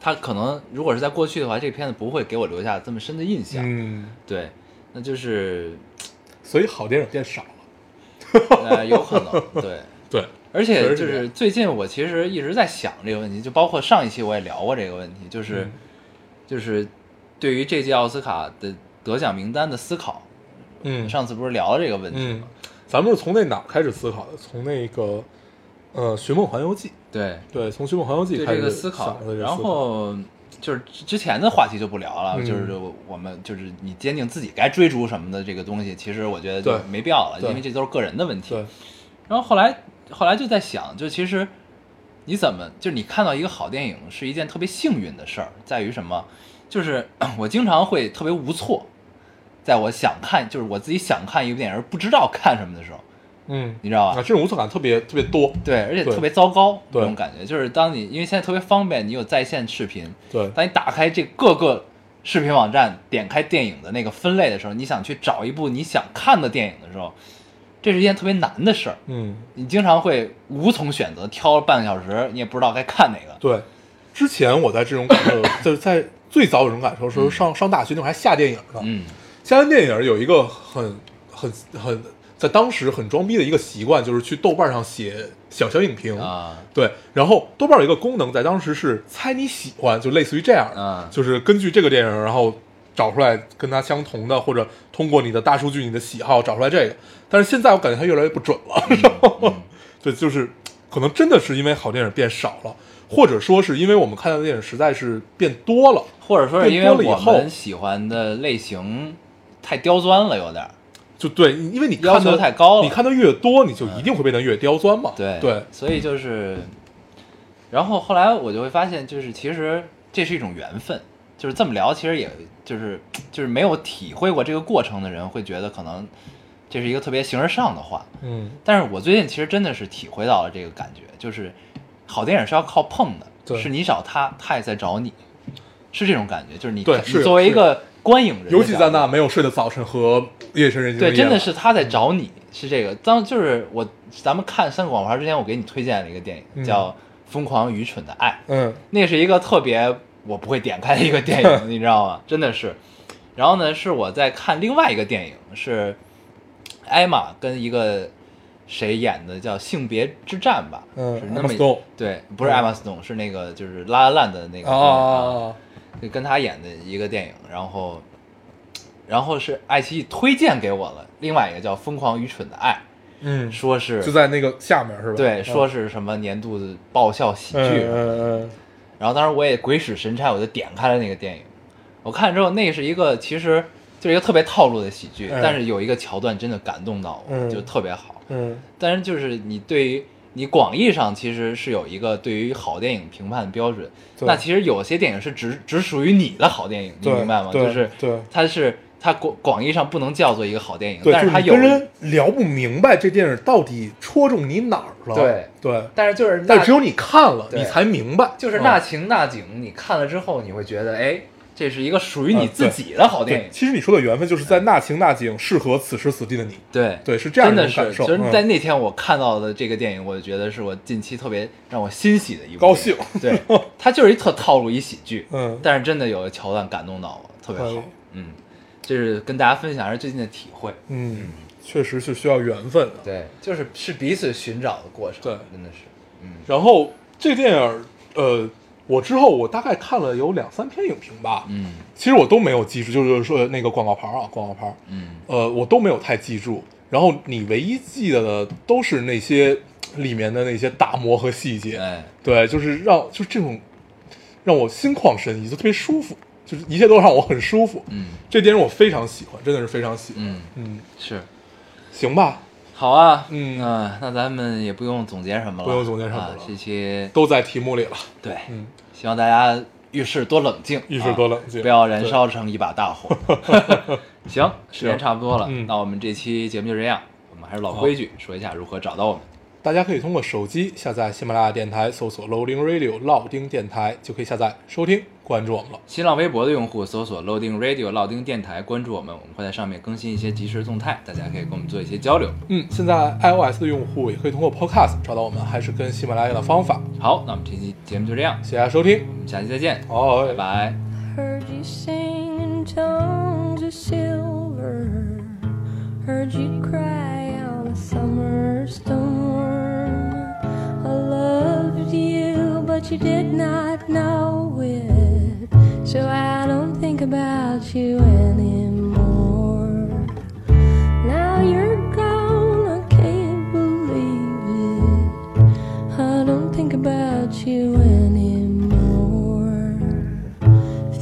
它可能如果是在过去的话，这片子不会给我留下这么深的印象。
嗯，
对，那就是
所以好电影变少了。
呃，有可 能对。
对，
而且就
确实是这
是
样
最近我其实一直在想这个问题，就包括上一期我也聊过这个问题，就是、
嗯
就是对于这届奥斯卡的得奖名单的思考。
嗯，
上次不是聊了这个问题
嗯
吗？，
咱们是从那哪儿开始思考的？从那个呃《寻梦环游记》
对，
对，从《寻梦环游记》
对
开
这
始
个思考
想的这。个
然
思
后就是之之前的话题就不聊了，
嗯
就是我我们就是你坚定自己该追逐什么的这个东西，其实我觉得就
对
没必要了，
对
因为这都是个人的问题。
对，
然后后来后来就在想，就其实你怎么就是你看到一个好电影是一件特别幸运的事儿，在于什么？就是 我经常会特别无措，在我想看就是我自己想看一部电影而不知道看什么的时候，
嗯
你知道吧
啊，？这种无措感特别特别多。
对，而且
对
特别糟糕，
对
这种感觉就是当你因为现在特别方便，你有在线视频，
对，
当你打开这各个视频网站，点开电影的那个分类的时候，你想去找一部你想看的电影的时候，这是一件特别难的事儿。
嗯，
你经常会无从选择，挑半个小时，你也不知道该看哪个。
对。之前我在这种感受，就是在最早有这种感受的时候，上上大学那会儿还下电影呢。
嗯
下完电影有一个很很很在当时很装逼的一个习惯，就是去豆瓣上写小小影评。
啊，
对，然后豆瓣有一个功能，在当时是猜你喜欢，就类似于这样的，
嗯
就是根据这个电影，然后找出来跟它相同的，或者通过你的大数据、你的喜好找出来这个。但是现在我感觉它越来越不准了，
嗯
对，就是可能真的是因为好电影变少了，或者说是因为我们看到的电影实在是变多了，
或者说是因为
更多了以
我
后
们喜欢的类型太刁钻了，有点儿。
就对，因为你
要
看
求
的
太高了嗯
你看的越多，你就一定会变得越刁钻嘛。
对
对，
所以就是，然后后来我就会发现，就是其实这是一种缘分，就是这么聊，其实也就是就是没有体会过这个过程的人会觉得可能这是一个特别形而上的话，
嗯，
但是我最近其实真的是体会到了这个感觉，就是好电影是要靠碰的，
对
是你找他，他也在找你，是这种感觉，就是你
对
你
是
作为一
是
个观影人的角度，
尤其在那没有睡的早晨和夜深人静的
对，
夜
真的
晚
是他在找你，是这个。当就是我咱们看《三个广告牌》之前，我给你推荐了一个电影，
嗯
叫《疯狂愚蠢的爱》，
嗯
那是一个特别我不会点开的一个电影，你知道吗？真的是。然后呢，是我在看另外一个电影，是艾玛跟一个谁演的，叫《性别之战》吧？
嗯
是那么
Emma Stone
对，不是艾玛斯通，是那个就是拉拉烂的那个嗯
啊，
就跟他演的一个电影，然后，然后是爱奇艺推荐给我了，另外一个叫《疯狂愚蠢的爱
嗯》，，
说是
就在那个下面是吧？
对，
嗯
说是什么年度的爆笑喜剧，啊
嗯嗯嗯
然后当时我也鬼使神差，我就点开了那个电影，我看之后那是一个其实就是一个特别套路的喜剧，
嗯
但是有一个桥段真的感动到我，
嗯
就特别好。
嗯
但是就是你对于你广义上其实是有一个对于好电影评判的标准，
对
那其实有些电影是只只属于你的好电影，你
对
明白吗？
对
就是
对
它是它广广义上不能叫做一个好电影，
对，
但
就是
它
你
有
跟人聊不明白这电影到底戳中你哪儿了。
对
对，
但是就是那
但只有你看了，
对
你才明白。
就是
嗯
那情那景，你看了之后你会觉得，哎，这是一个属于你自己的好电
嗯对
影，，嗯
其实你说的缘分就是在那情那景，适合此时此地的你。
对
对是这样
真
一种
的是，
感受
就是
嗯
在那天我看到的这个电影，我觉得是我近期特别让我欣喜的一部
高
电影
兴。
对，它就是一特套路一喜 剧，
嗯
但是真的有个桥段感动到我，特别
可以
好，嗯，这是跟大家分享一下最近的体会。
嗯，确实是需要缘分啊的。
对，就是是彼此寻找的过程，
对
真的是，嗯
然后这电影，呃，我之后我大概看了有两三篇影评吧。
嗯
其实我都没有记住，就是说那个广告牌啊，广告牌，
嗯
呃，我都没有太记住。然后你唯一记得的都是那些里面的那些打磨和细节，
哎，
对，就是让就这种让我心旷神怡，就特别舒服，就是一切都让我很舒服。
嗯
这电影我非常喜欢，真的是非常喜欢。
嗯，
嗯，
是。
行吧，
好啊，
嗯
啊那咱们也不用总结什么了，
不用总结什么
啊
了
这期
都在题目里了。
对，
嗯，
希望大家遇事多冷静，
遇事多
啊
冷静
不要燃 烧成一把大火。行，时间差不多了，
嗯
那我们这期节目就这样，我们
们还是老规矩，说一下如何找到我们。
大家可以通过手机下载喜马拉雅电台，搜索 Loading Radio 老丁电台，就可以下载收听，关注我们了。
新浪微博的用户搜索 Loading Radio 老丁电台，关注我们，我们会在上面更新一些即时动态，大家可以跟我们做一些交流。
嗯，现在 iOS 的用户也可以通过 Podcast 找到我们，还是跟喜马拉雅的方法。
好，那我们这期节目就这样，
谢谢大家收听，
我们下期再见，
好，拜
拜拜。
Heard you sing in tongues of silver. Heard you cry on a summer storm. I loved you, but you did not know it. So I don't think about you anymore. Now you're gone, I can't believe it. I don't think about you anymore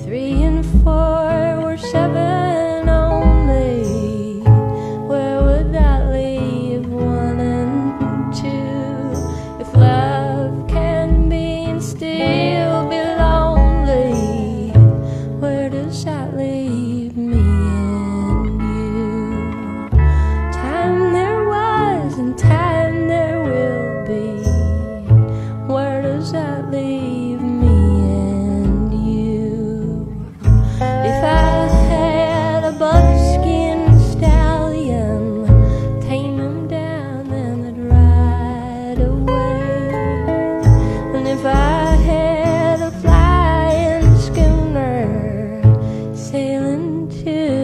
three and four were seven only. Where would that leave one and two? If love can be and still be lonely, where does that leave me and you? Time there was and time there will be. Where does that leave me and you? If I had a buckskin stallion, tame him down and I'd ride away. And if I had a flying schooner sailing to Mm-hmm.